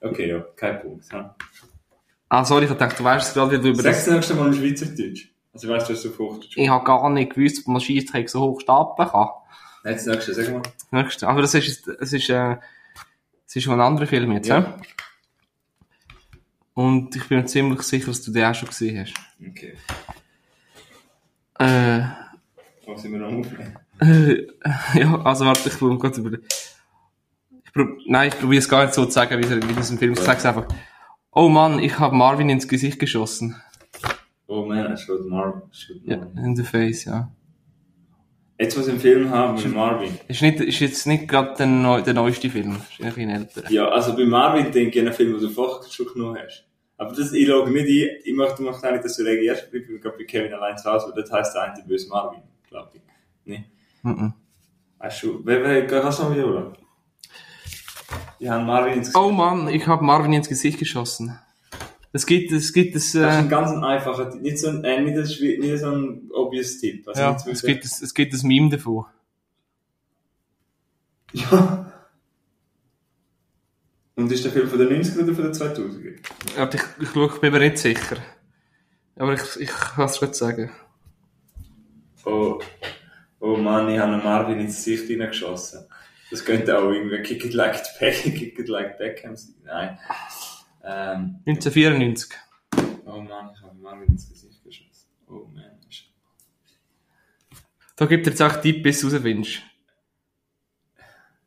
Speaker 2: Okay, ja, kein Punkt. Ja.
Speaker 1: Ah, sorry, ich hab gedacht, du weißt es gerade, wie du über das...
Speaker 2: Sagst du das nächste Mal in Schweizerdeutsch? Also weißt du, was du fruchtest?
Speaker 1: Ich hab gar nicht gewusst, ob man Scheißdreck so hoch stapeln kann.
Speaker 2: Nein, das nächste, sag mal.
Speaker 1: Nächste. Aber das ist, es ist, äh, es ist schon ein anderer Film jetzt,
Speaker 2: Ja.
Speaker 1: ja. Und ich bin mir ziemlich sicher, dass du den auch schon gesehen hast.
Speaker 2: Okay.
Speaker 1: Äh,
Speaker 2: Was sind wir noch am Aufnehmen?
Speaker 1: äh, [laughs] ja, also warte, ich will gerade über... Ich prob Nein, ich probiere es gar nicht so zu sagen, wie es wie es im Film ist. Ich sage es einfach. Oh Mann, ich habe Marvin ins Gesicht geschossen.
Speaker 2: Oh man, I shot Marvin. I shot
Speaker 1: Ja,
Speaker 2: Marvin.
Speaker 1: in the face, ja.
Speaker 2: Jetzt, was wir im Film haben, mit Marvin.
Speaker 1: Ist, nicht, ist jetzt nicht gerade der, neu, der neueste Film. Ist ein bisschen älter.
Speaker 2: Ja, also bei Marvin denke ich an einen Film, den du vorher schon genommen hast. Aber das, ich schaue nicht ein, ich möchte, möchte auch nicht, dass du reagierst. Ich bin gerade bei Kevin allein zu Hause, weil das heisst der eine böse Marvin, glaube ich. Nee.
Speaker 1: Mhm.
Speaker 2: Hast du, wer, wer, kannst du noch wiederholen? Ich habe Marvin ins Gesicht.
Speaker 1: Oh Mann, ich habe Marvin ins Gesicht geschossen. Es gibt, es gibt das...
Speaker 2: Das
Speaker 1: Äh,
Speaker 2: ist ein ganz ein einfacher, nicht so ein, äh, nicht, ein, schwi- nicht so ein obvious Tipp. Also
Speaker 1: Ja,
Speaker 2: nicht so
Speaker 1: es
Speaker 2: sehr-
Speaker 1: gibt, ein- es gibt ein Meme davon.
Speaker 2: Ja. Und ist der Film von den 90er oder von den 2000er?
Speaker 1: Aber ich, ich, schau, ich bin mir nicht sicher. Aber ich, ich kann es gut sagen.
Speaker 2: Oh, oh Mann, ich habe einen Marvin ins Gesicht [laughs] hineingeschossen. Das könnte auch irgendwie Kick it like, Back, Kick it like Beckham sein. Nein. Ähm,
Speaker 1: 1994.
Speaker 2: oh Mann, ich habe Marvin ins Gesicht geschossen. Oh man.
Speaker 1: Da gibt er jetzt auch Tipp, bis du rausfindest.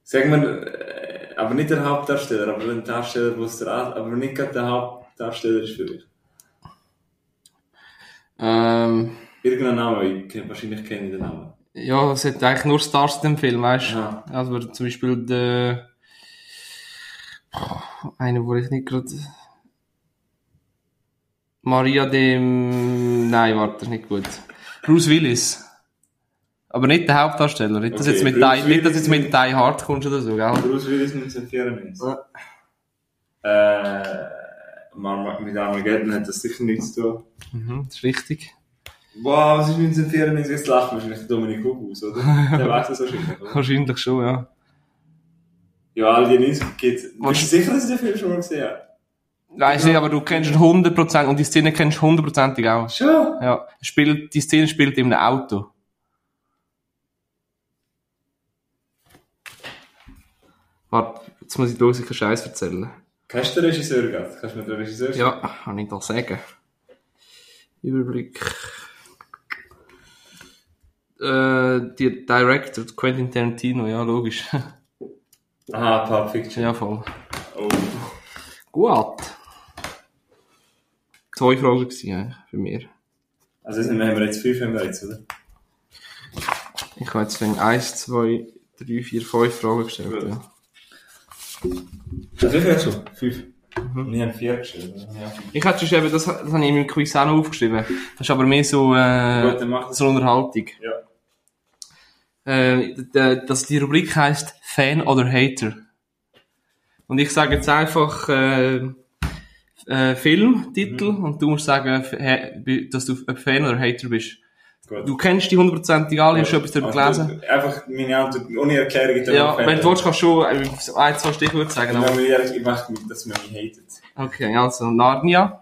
Speaker 2: Sagen wir, äh, aber nicht der Hauptdarsteller, aber ein Darsteller, wo es der Ar- aber nicht gerade der Hauptdarsteller ist für mich.
Speaker 1: Ähm,
Speaker 2: Irgendein Name, ich kenn, wahrscheinlich kenne ich den Namen.
Speaker 1: ja, es hat eigentlich nur Stars in dem Film, weißt du?
Speaker 2: Aha.
Speaker 1: Also zum Beispiel der... Einer, wo ich nicht gerade... Maria dem... Nein, warte, das ist nicht gut. Bruce Willis. Aber nicht der Hauptdarsteller. Nicht, dass
Speaker 2: Okay,
Speaker 1: jetzt mit
Speaker 2: Bruce
Speaker 1: Die, nicht, dass
Speaker 2: Willis
Speaker 1: jetzt mit Die Hard kommst oder so, gell?
Speaker 2: Bruce Willis 1994.
Speaker 1: Ja.
Speaker 2: Äh, Mar- Mar- mit Armageddon hat das sicher nichts zu tun.
Speaker 1: Mhm, das ist richtig.
Speaker 2: Wow, was ist 1994? Jetzt lacht wahrscheinlich der Dominik Hug aus, oder? Der weiß das wahrscheinlich, oder?
Speaker 1: Wahrscheinlich schon, ja.
Speaker 2: Ja, all die News gibt's. Bist du
Speaker 1: Was-
Speaker 2: sicher, dass ich den Film schon mal gesehen habe?
Speaker 1: Weiß nicht, aber du kennst ihn 100% und die Szene kennst du hundertprozentig auch.
Speaker 2: Schon?
Speaker 1: Ja, spielt, die Szene spielt in einem Auto. Warte, jetzt muss ich dir keinen Scheiß erzählen.
Speaker 2: Kennst du den Regisseur gerade? Kannst du mir den Regisseur sagen?
Speaker 1: Ja, kann ich das sagen? Überblick. Äh, die Director, Quentin Tarantino, ja, logisch. [laughs]
Speaker 2: Aha, Pulp Fiction.
Speaker 1: ja, voll.
Speaker 2: Oh.
Speaker 1: Gut. Zwei Fragen waren eigentlich für mich.
Speaker 2: Also, jetzt haben wir jetzt fünf, haben wir jetzt, oder?
Speaker 1: Ich habe jetzt wegen 1, 2, 3, 4, 5 Fragen gestellt. Ja.
Speaker 2: Also, wie viel hast du? Fünf.
Speaker 1: Mhm.
Speaker 2: Und ich habe vier geschrieben. Ja.
Speaker 1: Ich hätte schon eben, das, das habe ich in meinem Quiz auch noch aufgeschrieben. Das ist aber mehr so, äh,
Speaker 2: Gut, dann mach das.
Speaker 1: so eine Unterhaltung.
Speaker 2: Ja.
Speaker 1: Äh, d- d- das, die Rubrik heißt Fan oder Hater. Und ich sage jetzt einfach äh, äh, Filmtitel
Speaker 2: Mhm.
Speaker 1: und du musst sagen, f- hä- bi- dass du ob Fan oder Hater bist.
Speaker 2: Gut.
Speaker 1: Du kennst die hundertprozentig alle, hast schon etwas darüber
Speaker 2: Also,
Speaker 1: gelesen?
Speaker 2: du- Einfach meine Antwort ohne Erklärung. ich darf
Speaker 1: Ja,
Speaker 2: nicht
Speaker 1: wenn du
Speaker 2: fehlen.
Speaker 1: willst, kannst du schon äh, ein, zwei Stichworte sagen.
Speaker 2: Wenn
Speaker 1: Aber.
Speaker 2: man ehrlich ich mache mit, dass man mich hatet.
Speaker 1: Okay, also Narnia,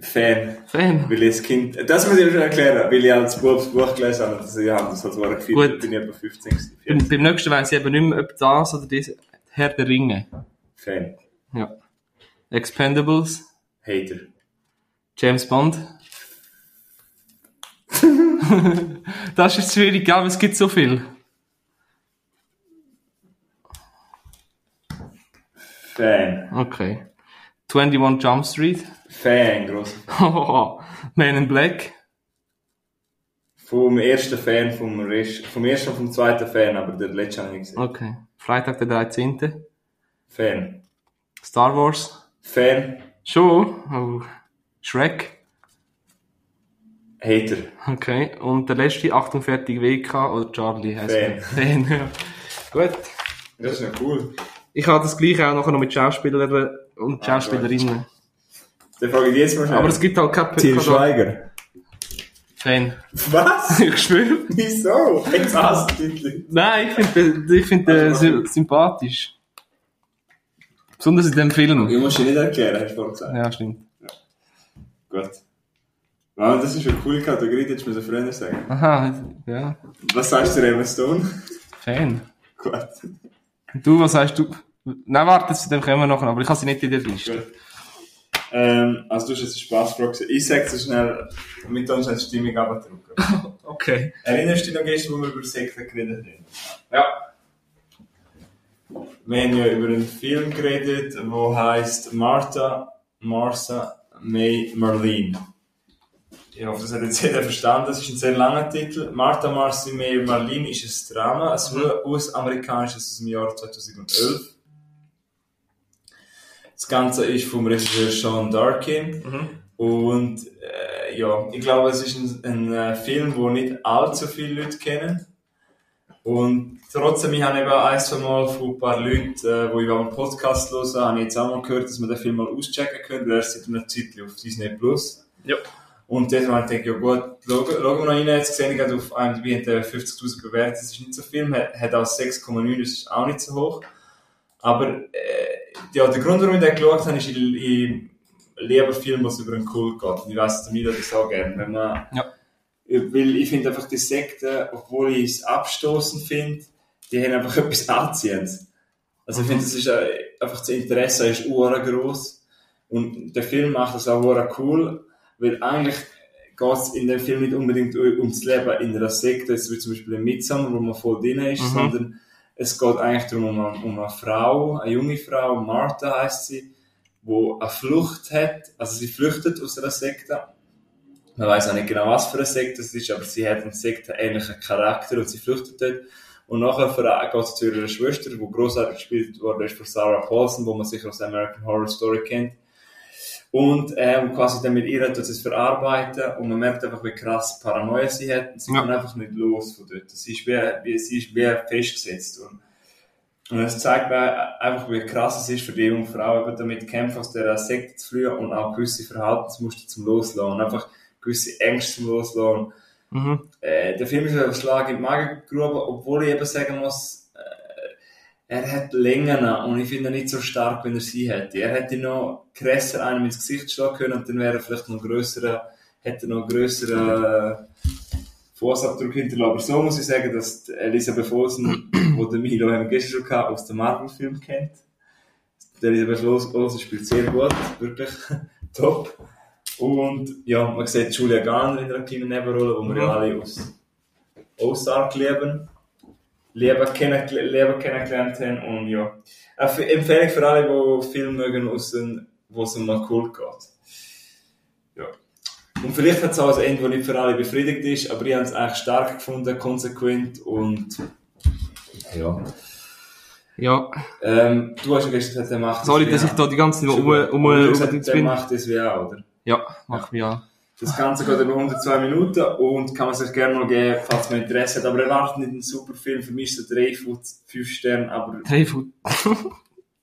Speaker 2: Fan.
Speaker 1: Fan.
Speaker 2: Weil ich als Kind, das muss ich schon erklären, weil ich als Bub das Buch gelesen habe, das ich habe, das hat war gefeiert,
Speaker 1: Gut.
Speaker 2: bin ich etwa 15, 14.
Speaker 1: Beim, beim nächsten weiss ich eben nicht mehr, ob das oder das Herr der Ringe.
Speaker 2: Fan.
Speaker 1: Ja. Expendables,
Speaker 2: Hater.
Speaker 1: James Bond. [laughs] das ist schwierig, aber es gibt so viel.
Speaker 2: Fan.
Speaker 1: Okay. 21 Jump Street. [laughs]
Speaker 2: Fan, gross.
Speaker 1: Man in Black.
Speaker 2: Vom ersten Fan, vom, Rest, vom ersten und vom zweiten Fan, aber der letzte habe ich nicht gesehen.
Speaker 1: Okay. Freitag der 13.
Speaker 2: Fan.
Speaker 1: Star Wars.
Speaker 2: Fan.
Speaker 1: Schon. Oh. Shrek.
Speaker 2: Hater.
Speaker 1: Okay. Und der letzte, Achtung, fertig, WK oder Charlie heisst
Speaker 2: Fan.
Speaker 1: er. Fan, ja. Gut.
Speaker 2: Das ist noch cool.
Speaker 1: Ich habe das gleiche auch nachher noch mit Schauspielern und
Speaker 2: Ah,
Speaker 1: Schauspielerinnen.
Speaker 2: Dann frage ich dich jetzt mal schnell.
Speaker 1: Aber es gibt halt keine
Speaker 2: Til
Speaker 1: keine-
Speaker 2: Schweiger.
Speaker 1: Fan. [laughs]
Speaker 2: Was? [laughs]
Speaker 1: Ich schwöre.
Speaker 2: Wieso? Jetzt hast du dich.
Speaker 1: Nein, ich finde ich find, äh, sy sympathisch. Besonders in dem
Speaker 2: Ich
Speaker 1: Film.
Speaker 2: muss dir nicht erklären, hast du vorhin gesagt.
Speaker 1: Ja, stimmt.
Speaker 2: Gut. Wow, das ist eine coole Kategorie, die hättest du mir so früher sagen.
Speaker 1: Aha, ja.
Speaker 2: Was sagst du zu Emma Stone? [laughs]
Speaker 1: Fan.
Speaker 2: Gut.
Speaker 1: Und du, was sagst du? Nein, warte, zu dem kommen wir nachher, aber ich habe sie nicht in der Liste.
Speaker 2: Gut. Ähm, also du hast jetzt eine Spaßfrage. Ich sage so schnell, mit uns eine Stimmung abgedrückt.
Speaker 1: Okay.
Speaker 2: Erinnerst du dich noch gestern, wo wir über Sekten geredet haben?
Speaker 1: Ja.
Speaker 2: Wir haben ja über einen Film geredet, der heißt Martha, Martha May Marlene. Ich hoffe, das hat jetzt jeder verstanden. Das ist ein sehr langer Titel. Martha Marcy May Marlene ist ein Drama, ein US-amerikanisches aus dem Jahr 2011. Das Ganze ist vom Regisseur Sean Darkin. Und äh, ja, ich glaube, es ist ein, ein äh, Film, den nicht allzu viele Leute kennen. Und trotzdem, ich habe eben ein, zwei Mal von ein paar Leuten, äh, die ich am Podcast höre, habe ich jetzt auch mal gehört, dass man den Film mal auschecken könnte, weil er ist seit einer Zeit auf Disney Plus.
Speaker 1: Ja.
Speaker 2: Und dort habe ich gedacht, ja gut, schauen schauen wir noch rein. Jetzt sehe ich gerade auf IMDb hat er 50.000 bewertet, das ist nicht so viel, hat, hat auch 6,9, das ist auch nicht so hoch. Aber äh, ja, der Grund, warum ich den geschaut habe, ist, ich, ich liebe Filme, was über einen Kult geht. Und ich weiß, mir das auch gerne. Wenn man,
Speaker 1: Ja.
Speaker 2: Weil ich finde einfach die Sekten, obwohl ich es abstoßend finde, die haben einfach etwas Anziehendes. Also ich finde, das ist äh, einfach das Interesse ist ura groß und der Film macht das auch ura cool, weil eigentlich geht in dem Film nicht unbedingt ums Leben in einer Sekte, jetzt wie zum Beispiel in Midsommar, wo man voll drin ist,
Speaker 1: Mhm.
Speaker 2: sondern es geht eigentlich darum, um eine, um eine Frau, eine junge Frau, Martha heißt sie, wo eine Flucht hat, also sie flüchtet aus einer Sekte. Man weiß auch nicht genau, was für eine Sekte es ist, aber sie hat einen sektenähnlichen Charakter und sie flüchtet dort. Und nachher fra- geht sie zu ihrer Schwester, die großartig gespielt worden ist von Sarah Paulson, wo man sicher aus der American Horror Story kennt. Und ähm, quasi dann mit ihr tut sie es verarbeiten und man merkt einfach, wie krass Paranoia sie hat. Und sie
Speaker 1: Ja.
Speaker 2: kann einfach nicht los von dort. Sie ist wie, wie, sie ist wie festgesetzt. Und, und es zeigt mir einfach, wie krass es ist für die junge Frau, eben damit kämpft, aus dieser Sekte zu fliehen und auch gewisse Verhaltensmuster zum Loslassen. Und einfach gewisse Ängste zum Loslassen.
Speaker 1: Mhm.
Speaker 2: Äh, der Film ist ein Schlag in die Magengrube, obwohl ich eben sagen muss, äh, er hat Längen und ich finde ihn nicht so stark, wenn er sie hätte. Er hätte noch krasser einem ins Gesicht schlagen können und dann wäre er vielleicht noch grösserer, hätte noch grösserer äh, Fußabdruck hinterlassen. Aber so muss ich sagen, dass die Elisabeth Olsen, wo der Milo haben wir gestern schon gehabt, aus dem Marvel-Film kennt. Die Elisabeth Olsen spielt sehr gut, wirklich [laughs] top. Und ja, man sieht Julia Garner in einer kleinen Nebenrolle, die wir ja
Speaker 1: Mhm.
Speaker 2: alle aus Ozark lieben, lieben, kennengel- lieben kennengelernt haben. Und ja, eine F- Empfehlung für alle, die Filme mögen, aus den- wo es um einen Kult geht. Ja. Und vielleicht hat es auch ein Ende, das nicht für alle befriedigt ist, aber ich habe es eigentlich stark gefunden, konsequent und ja.
Speaker 1: Ja,
Speaker 2: Ähm, du hast ja gestern gesagt, der macht es
Speaker 1: sorry,
Speaker 2: wie
Speaker 1: dass ich
Speaker 2: auch.
Speaker 1: da die ganze Zeit
Speaker 2: Schon
Speaker 1: um,
Speaker 2: gut.
Speaker 1: um,
Speaker 2: Und du hast
Speaker 1: um,
Speaker 2: gesagt,
Speaker 1: um
Speaker 2: Der
Speaker 1: bin.
Speaker 2: macht es wie auch, oder?
Speaker 1: Ja, mach mich an.
Speaker 2: Das Ganze geht über 102 Minuten und kann man sich gerne mal geben, falls man Interesse hat. Aber erwartet nicht einen super Film. Für mich ist es 3 von 5 Sternen, aber
Speaker 1: Drei Foot.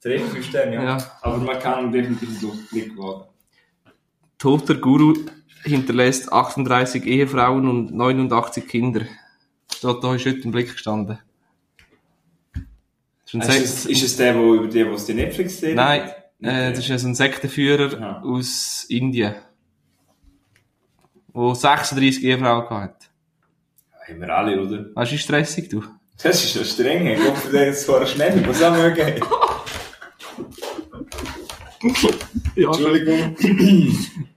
Speaker 2: 3 von 5 Sternen, ja.
Speaker 1: Ja.
Speaker 2: Aber man kann definitiv einen Durchblick wagen.
Speaker 1: Toter Guru hinterlässt 38 Ehefrauen und 89 Kinder. Da, da ist heute im Blick gestanden. Das ist ein
Speaker 2: Ist
Speaker 1: Sekt-
Speaker 2: es, ist es der, wo, über den, was die Netflix-Serie
Speaker 1: Nein,
Speaker 2: Nicht
Speaker 1: äh,
Speaker 2: der.
Speaker 1: das ist ja so ein Sektenführer
Speaker 2: Aha.
Speaker 1: aus Indien, wo 36 Ehefrauen gehabt hat.
Speaker 2: Haben wir alle, oder?
Speaker 1: Weißt du, wie stressig du?
Speaker 2: Das ist ja streng, ey. Gott, für den jetzt vorher schnell, was haben wir gegeben?
Speaker 1: [laughs] Ja.
Speaker 2: Entschuldigung.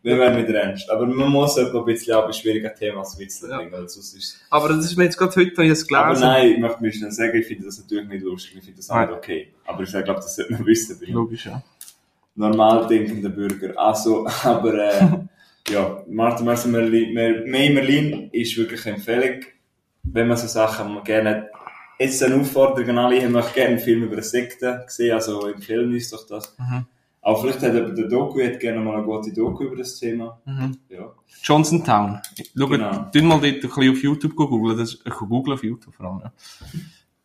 Speaker 2: wir werden nicht ernst. Aber man muss etwa ein bisschen auch bei schwierigen Themen ein bisschen
Speaker 1: Ja.
Speaker 2: bringen, weil sonst ist
Speaker 1: Aber das ist mir jetzt gerade heute, habe ich das
Speaker 2: Aber
Speaker 1: gelesen
Speaker 2: nein, ich möchte mir schnell sagen, ich finde das natürlich nicht lustig, ich finde das auch
Speaker 1: Nein.
Speaker 2: nicht okay. Aber ich glaube, das sollte man [laughs] wissen. Bin ich
Speaker 1: Logisch, ja.
Speaker 2: normal denkender Bürger. Also, [laughs] aber äh, ja, Martin Mercer Merlin, Mer- May Merlin ist wirklich eine Empfehlung, wenn man so Sachen gerne hat. Jetzt eine Aufforderung an alle, ich möchte gerne einen Film über eine Sekte sehen, also empfehlen uns doch das.
Speaker 1: Mhm.
Speaker 2: Auch vielleicht hat jemand eine Doku, ich hätte gerne mal eine gute Doku über das Thema.
Speaker 1: Mhm.
Speaker 2: Ja.
Speaker 1: Johnstown. Schau,
Speaker 2: Genau.
Speaker 1: genau. mal dort ein bisschen auf YouTube googeln. Das ist, ich google auf YouTube vor allem, ja.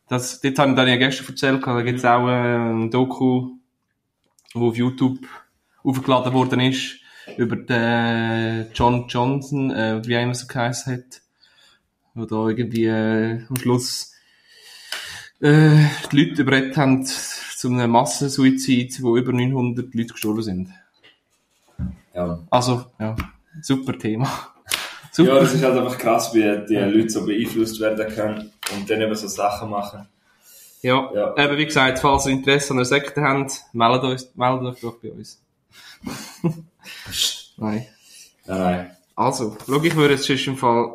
Speaker 1: Das, dort habe ich, da habe ich ja gestern erzählt, da gibt es auch äh, ein Doku, wo auf YouTube aufgeladen worden ist, über den äh, John Johnson, äh, wie er immer so geheißen hat. Wo da irgendwie äh, am Schluss äh, die Leute überredet haben zu einem Massensuizid, wo über 900 Leute gestorben sind.
Speaker 2: ja.
Speaker 1: Also, ja, super Thema. [laughs]
Speaker 2: Ja,
Speaker 1: Super.
Speaker 2: das ist halt einfach krass, wie die Leute so beeinflusst werden können und dann eben so Sachen machen.
Speaker 1: Ja.
Speaker 2: Ja.
Speaker 1: Eben, wie gesagt, falls ihr Interesse an einer Sekte habt, meldet euch, meldet euch doch bei
Speaker 2: [laughs]
Speaker 1: uns. Nein.
Speaker 2: Nein, nein.
Speaker 1: Also, schau, ich würde jetzt sonst im Fall...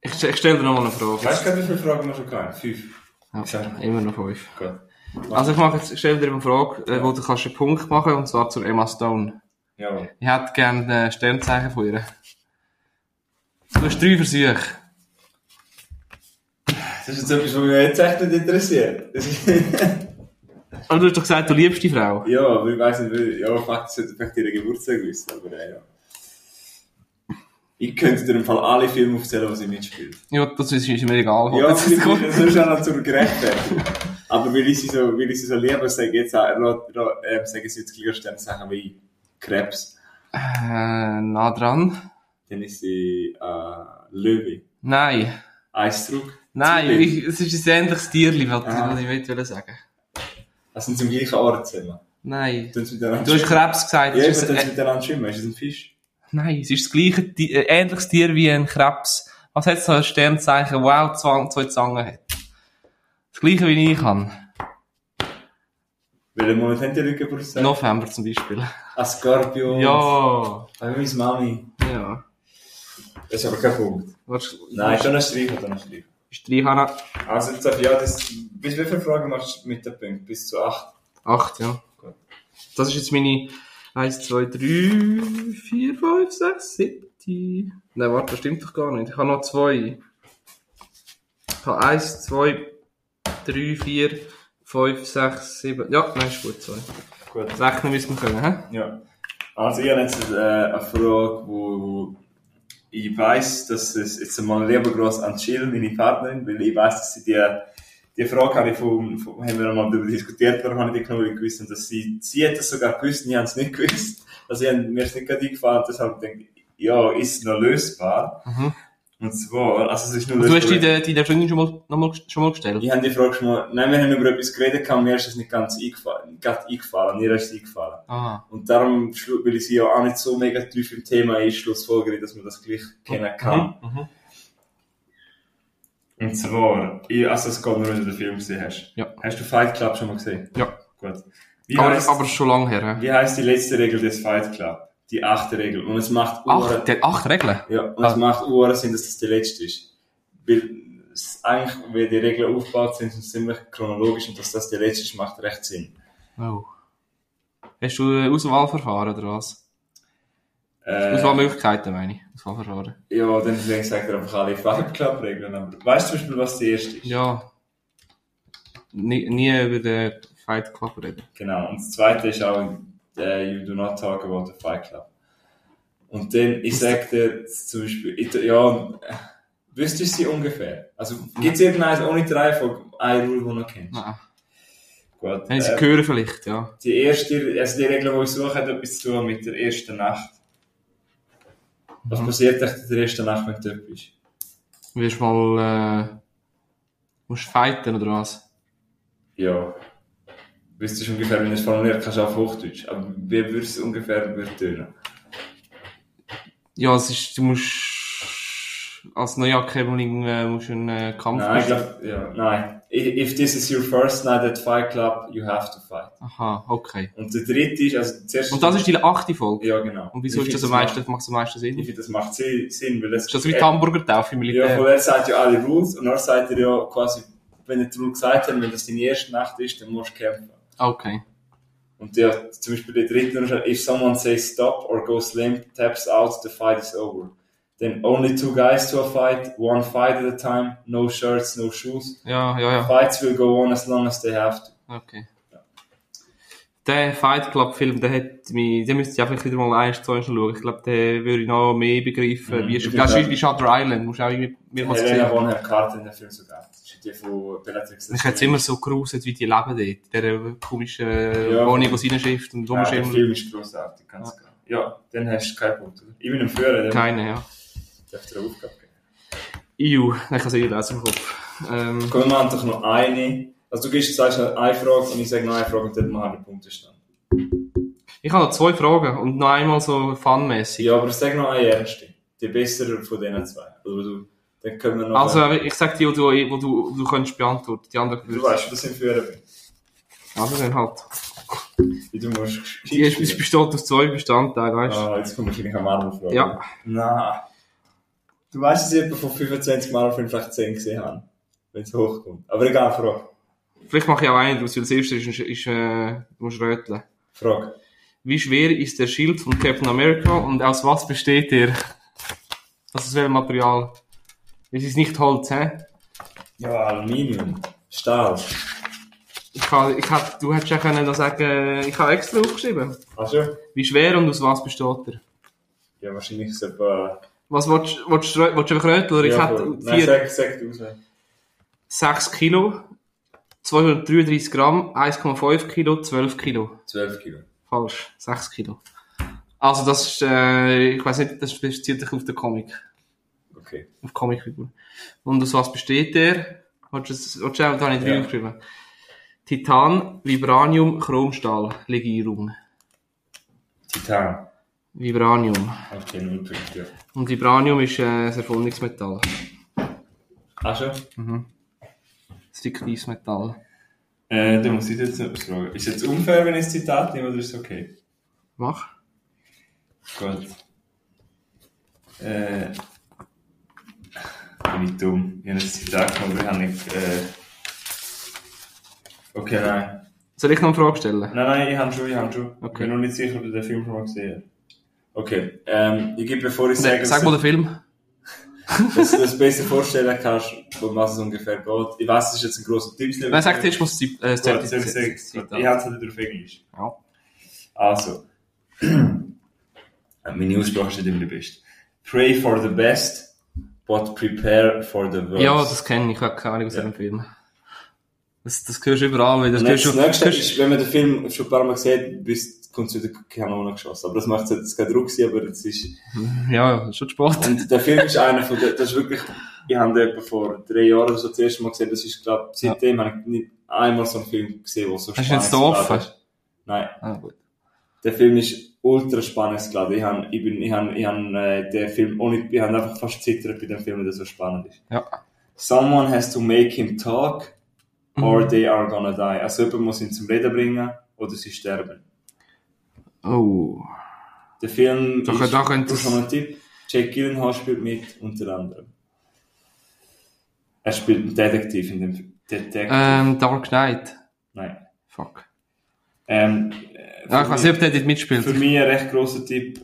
Speaker 1: Ich, ich stelle dir nochmal eine Frage.
Speaker 2: Weißt du gerade, wie viele Fragen wir schon hatten? Fünf.
Speaker 1: Ja, immer noch fünf.
Speaker 2: Gut.
Speaker 1: Also ich mache jetzt, ich stelle dir eine Frage, äh, wo du kannst einen Punkt machen, und zwar zur Emma Stone.
Speaker 2: Jawohl.
Speaker 1: Ich hätte gerne ein äh, Sternzeichen von ihr. Du hast drei Versuche.
Speaker 2: Das ist jetzt etwas, was mich jetzt echt nicht interessiert. Das ist- [laughs]
Speaker 1: Aber du hast doch gesagt, du liebst die Frau.
Speaker 2: ja, aber ich weiss nicht, wie- ja, faktisch sollte ich vielleicht ihre Geburtstag wissen, aber äh, ja. Ich könnte dir im Fall alle Filme aufzählen, die sie mitspielt.
Speaker 1: Ja, das ist mir egal.
Speaker 2: Ja,
Speaker 1: Oh, das Äh, ist
Speaker 2: das [laughs] ist
Speaker 1: gut.
Speaker 2: schon noch zur Gerechtfertigung. Aber weil ich sie so, weil ich sie so liebe, sage ich jetzt auch, äh, äh, sage ich jetzt gleich Sternsachen wie Krebs.
Speaker 1: Äh, nah dran.
Speaker 2: Dann ist sie äh, Löwe.
Speaker 1: Nein.
Speaker 2: Eisdruck.
Speaker 1: Nein,
Speaker 2: Zwilling.
Speaker 1: ich, es ist ein ähnliches Tierli, was
Speaker 2: Ah.
Speaker 1: ah. ich wollte wollte sagen.
Speaker 2: Also sind sie im gleichen Ort zusammen.
Speaker 1: Nein.
Speaker 2: Tun sie miteinander
Speaker 1: Du hast
Speaker 2: schwimmen?
Speaker 1: Krebs gesagt.
Speaker 2: Ja,
Speaker 1: es
Speaker 2: aber
Speaker 1: ist
Speaker 2: tun
Speaker 1: ein,
Speaker 2: sie
Speaker 1: äh,
Speaker 2: miteinander schwimmen. Ist es ein Fisch?
Speaker 1: nein, es ist das gleiche, Ti- äh, ähnliches Tier wie ein Krebs. Was hat so ein Sternzeichen, wow, zwei, zwei Zangen hat? Das Gleiche wie ich kann.
Speaker 2: Welchen Monat haben die Leute Geburtstag?
Speaker 1: November zum Beispiel.
Speaker 2: Ah, Scorpions.
Speaker 1: Ja.
Speaker 2: Ah, meine Mami.
Speaker 1: Ja.
Speaker 2: Das ist aber kein Punkt.
Speaker 1: Warte,
Speaker 2: Nein, schon ein Streich oder ein Streich.
Speaker 1: Ist drei Hanna.
Speaker 2: Also, jetzt, ja, das, bis wie viele Fragen machst du mit den Punkten? Bis zu acht.
Speaker 1: Acht, ja.
Speaker 2: Gut.
Speaker 1: Das ist jetzt meine 1, 2, 3, 4, 5, 6, 7. Nein, warte, das stimmt doch gar nicht. Ich habe noch zwei. Ich habe 1, 2, 3, 4, 5, 6, 7. Ja, nein, ist gut, zwei.
Speaker 2: Gut.
Speaker 1: Rechnen müssen wir können, hä?
Speaker 2: Ja. Also ich habe jetzt äh, eine Frage, wo ich weiß, dass es jetzt mal lieber groß an Chill, meine Partnerin, weil ich weiß, dass sie die, die Frage habe ich vom, vom, haben wir einmal darüber diskutiert, warum habe ich die genommen, weil ich gewusst habe, dass sie, sie hat es sogar gewusst, und ich habe es nicht gewusst. Also ich, habe- mir ist nicht gerade eingefallen, deshalb denke ich, ja, ist es noch lösbar?
Speaker 1: Mhm.
Speaker 2: Und zwar, also es ist nur
Speaker 1: Du hast
Speaker 2: lösbar.
Speaker 1: die der die der Freundin schon mal, noch mal, schon mal gestellt.
Speaker 2: Ich habe die Frage schon mal, nein, wir haben über etwas geredet, kam mir ist es nicht ganz eingefallen, gerade eingefallen, ihr ist es eingefallen.
Speaker 1: Ah.
Speaker 2: Und darum, schlu- weil ich sie ja auch nicht so mega tief im Thema ist, schlussfolgere ich, dass man das gleich kennen kann.
Speaker 1: Mhm. Mhm.
Speaker 2: Und zwar, ich, also es geht nur, wenn du den Film gesehen hast.
Speaker 1: Ja.
Speaker 2: Hast du Fight Club schon mal gesehen?
Speaker 1: Ja.
Speaker 2: Gut. Wie,
Speaker 1: Aber,
Speaker 2: heißt,
Speaker 1: aber schon lange her. hä?
Speaker 2: wie heißt die letzte Regel des Fight Club? Die achte Regel. Und es macht Uhren.
Speaker 1: Acht, der hat acht Regeln.
Speaker 2: Ja, und
Speaker 1: Ah.
Speaker 2: es macht Uhren Sinn, dass das die letzte ist. Weil es eigentlich, wie die Regeln aufgebaut sind, sind sie ziemlich chronologisch und dass das die letzte ist, macht recht Sinn.
Speaker 1: Oh. Hast du ein Auswahlverfahren oder was?
Speaker 2: Äh,
Speaker 1: Auswahlmöglichkeiten meine ich. Auswahlverfahren.
Speaker 2: ja, dann deswegen sagt er einfach alle Fight Club Regeln. Aber weißt du zum Beispiel, was die erste ist?
Speaker 1: Ja. Nie, nie über den Fight Club reden.
Speaker 2: Genau. Und das zweite ist auch, äh, you do not talk about the Fight Club. Und dann, ich sag dir zum Beispiel, ich, ja, äh, wüsstest du sie ungefähr? Also, gibt's irgendeines ohne drei von einer Rule, die du noch kennst?
Speaker 1: Nein.
Speaker 2: Gut.
Speaker 1: Haben sie
Speaker 2: Ah. Äh,
Speaker 1: gehört vielleicht, ja.
Speaker 2: die erste, also die Regel, die ich suche, hat etwas zu tun mit der ersten Nacht. Was passiert echt in der ersten Nacht, wenn du dort bist?
Speaker 1: Du wirst mal, äh, musst fighten oder was?
Speaker 2: Ja. Wüsstest du ungefähr, wenn du es formuliert kannst, auf Hochdeutsch. Aber wie würde es ungefähr würde tönen?
Speaker 1: Ja, es ist, du musst, als Neuankömmling äh, musst du einen äh, Kampf
Speaker 2: Nein, ich glaub, ja, nein. I- If this is your first night at Fight Club, you have to fight.
Speaker 1: Aha, okay.
Speaker 2: Und der dritte ist, also zuerst...
Speaker 1: Und das ist die achte Folge.
Speaker 2: Ja, genau.
Speaker 1: Und wieso
Speaker 2: Ich
Speaker 1: ist das am
Speaker 2: find,
Speaker 1: meisten, macht es am meisten Sinn? Ist
Speaker 2: macht- Ich finde, das macht Si- Sinn, weil es...
Speaker 1: das wie die Hamburger-Taufe im
Speaker 2: Ja,
Speaker 1: Militär?
Speaker 2: weil er sagt ja alle Rules und er sagt dir ja quasi, wenn er die Rule gesagt hat, wenn das deine erste Nacht ist, dann musst du kämpfen.
Speaker 1: Okay.
Speaker 2: Und ja, zum Beispiel der dritte Rule ist, if someone says stop or goes limp, taps out, the fight is over. Then only two guys to a fight, one fight at a time, no shirts, no shoes.
Speaker 1: Ja, ja, ja.
Speaker 2: Fights will go on as long as they have to.
Speaker 1: Okay. Der Fight Club Film, der hat mich, den müsste ich einfach wieder mal eins zu eins schauen. Ich glaube, den würde ich noch mehr begreifen.
Speaker 2: Mhm,
Speaker 1: wie
Speaker 2: ich
Speaker 1: ist,
Speaker 2: glaub
Speaker 1: das ist
Speaker 2: auch.
Speaker 1: wie Shutter Island, musst du auch irgendwie, mir was
Speaker 2: Helena
Speaker 1: sehen.
Speaker 2: Bonham Carter in dem Film sogar. Das ist die von Bellatrix.
Speaker 1: Ich hätte immer so gruselt, wie die leben dort. in Dieser komischen
Speaker 2: Ja.
Speaker 1: äh, Wohnung, die reinschifft und
Speaker 2: ja, Der
Speaker 1: rumschimmelt.
Speaker 2: Film ist großartig, ganz klar. Ja, dann hast du keinen Punkt. Oder? Ich bin im Führer, dann
Speaker 1: Ah. Keine, ja.
Speaker 2: darf ich dir eine Aufgabe geben.
Speaker 1: Iu, ich habe es eh aus dem Kopf. Ähm,
Speaker 2: Komm, wir machen doch noch eine. Also du gibst, sagst noch eine Frage und ich sage noch eine Frage und dann machen wir Punktestand.
Speaker 1: ich habe noch zwei Fragen und noch einmal so fanmäßig.
Speaker 2: Ja, aber sag noch eine ernste. Die bessere von diesen zwei. Oder du, dann können wir noch...
Speaker 1: Also, ich sage dir, die du, die du, du könntest beantworten. Die anderen
Speaker 2: du weißt, dass ich im Führer bin.
Speaker 1: Also, dann halt.
Speaker 2: Wie Du musst...
Speaker 1: Die ist, es besteht aus zwei Bestandteilen, weißt du?
Speaker 2: Ah, jetzt kommt wahrscheinlich eine Marvel-Frage.
Speaker 1: Ja.
Speaker 2: Na. Du weißt, dass ich etwa von 25 Marvel-Filmen vielleicht 10 gesehen habe. Wenn es hochkommt. Aber egal, Frage.
Speaker 1: Vielleicht mache ich auch einen draus, weil das erste ist, ist äh, du musst röteln.
Speaker 2: Frage.
Speaker 1: Wie schwer ist der Schild von Captain America und aus was besteht er? Also aus welchem Material? Es ist nicht Holz, hä?
Speaker 2: Ja, Aluminium. Stahl.
Speaker 1: Ich kann, ich hab, du hättest ja können noch sagen, ich habe extra aufgeschrieben.
Speaker 2: Hast du?
Speaker 1: Wie schwer und aus was besteht er?
Speaker 2: Also, Ja, wahrscheinlich so etwa...
Speaker 1: Was willst du, willst du, rö- willst du einfach röteln? Oder Also ich
Speaker 2: ja,
Speaker 1: hätte
Speaker 2: voll. Nein,
Speaker 1: vier,
Speaker 2: sag, sag du es.
Speaker 1: 6 Kilo, 233 Gramm, 1,5 Kilo, 12 Kilo.
Speaker 2: 12 Kilo.
Speaker 1: Falsch, 6 Kilo. Also das ist, äh, ich weiß nicht, das bezieht sich auf den Comic.
Speaker 2: Okay.
Speaker 1: auf Comicfigur. Und aus was besteht der? Willst du es- willst du auch- Da habe ich drei
Speaker 2: Ja.
Speaker 1: aufgeschrieben. Titan, Vibranium, Chromstahl, Legierung.
Speaker 2: Titan.
Speaker 1: Vibranium.
Speaker 2: Okay, null Punkte. Ja.
Speaker 1: Und
Speaker 2: Also,
Speaker 1: Vibranium ist äh, ein Erfundungsmetall.
Speaker 2: Hast du?
Speaker 1: Mhm. ein fiktives Metall.
Speaker 2: Äh, da muss ich jetzt noch etwas fragen. Ist jetzt unfair, wenn ich das Zitat nehme, oder ist es okay?
Speaker 1: Mach.
Speaker 2: Gut. Äh, bin ich dumm. Ich habe das Zitat genommen, aber ich habe nicht... Äh... Okay, nein.
Speaker 1: Soll ich noch eine Frage stellen?
Speaker 2: Nein, nein, ich habe schon, ich habe schon.
Speaker 1: Okay.
Speaker 2: Ich bin noch nicht sicher, ob ich den Film schon mal gesehen habe. Okay, ähm, ich gebe, bevor ich sage,
Speaker 1: Sag mal den Film.
Speaker 2: dass du das besser vorstellen kannst, um was es ungefähr geht. Ich weiß, es ist jetzt ein grosser Tipp.
Speaker 1: Nein, sag zuerst, muss die äh,
Speaker 2: Gut, soll ich sagen? Gut, Ich
Speaker 1: Zertifiziert
Speaker 2: habe es halt auf Englisch.
Speaker 1: Ja.
Speaker 2: Also. [clears throat] Meine Aussprache ist nicht immer die beste. Pray for the best, but prepare for the worst.
Speaker 1: Ja, das kenne ich, ich habe keine Ahnung aus
Speaker 2: Ja.
Speaker 1: dem Film. Das, das hörst du überall wieder. Das
Speaker 2: Und
Speaker 1: hörst
Speaker 2: jetzt
Speaker 1: du,
Speaker 2: das nächste
Speaker 1: hörst,
Speaker 2: ist, wenn man den Film schon ein paar Mal sieht, bist kommt zu der Kanone geschossen. Aber das macht jetzt, es gerade Druck sein, aber jetzt ist,
Speaker 1: ja, ja, schon Sport.
Speaker 2: Und der Film ist einer von den, das ist wirklich, ich habe den etwa vor drei Jahren oder so das erste Mal gesehen, das ist, glaube ich, seitdem habe ich nicht einmal so einen Film gesehen, der so
Speaker 1: Hast du ihn jetzt
Speaker 2: spannend
Speaker 1: offen?
Speaker 2: geladen ist. Nein,
Speaker 1: Ah, gut.
Speaker 2: der Film ist ultra spannend geladen. Ich habe, ich bin, ich habe, ich habe äh, den Film, ohne, ich habe einfach fast zittert bei dem Film, weil der so spannend ist.
Speaker 1: Ja.
Speaker 2: Someone has to make him talk,
Speaker 1: Mhm.
Speaker 2: or they are gonna die. Also jemand muss ihn zum Reden bringen, oder sie sterben.
Speaker 1: Oh.
Speaker 2: Der Film
Speaker 1: Da- da könnte
Speaker 2: du
Speaker 1: es-
Speaker 2: schon mal einen Tipp. Jack Gyllenhaal spielt mit, unter anderem. Er spielt einen Detektiv in dem Film. Detektiv?
Speaker 1: Ähm, Dark Knight.
Speaker 2: Nein.
Speaker 1: Fuck.
Speaker 2: Ähm, äh,
Speaker 1: Ja, ich weiß
Speaker 2: für,
Speaker 1: nicht, ob der dort
Speaker 2: mich, für
Speaker 1: mitspielt.
Speaker 2: mich ein recht grosser Tipp.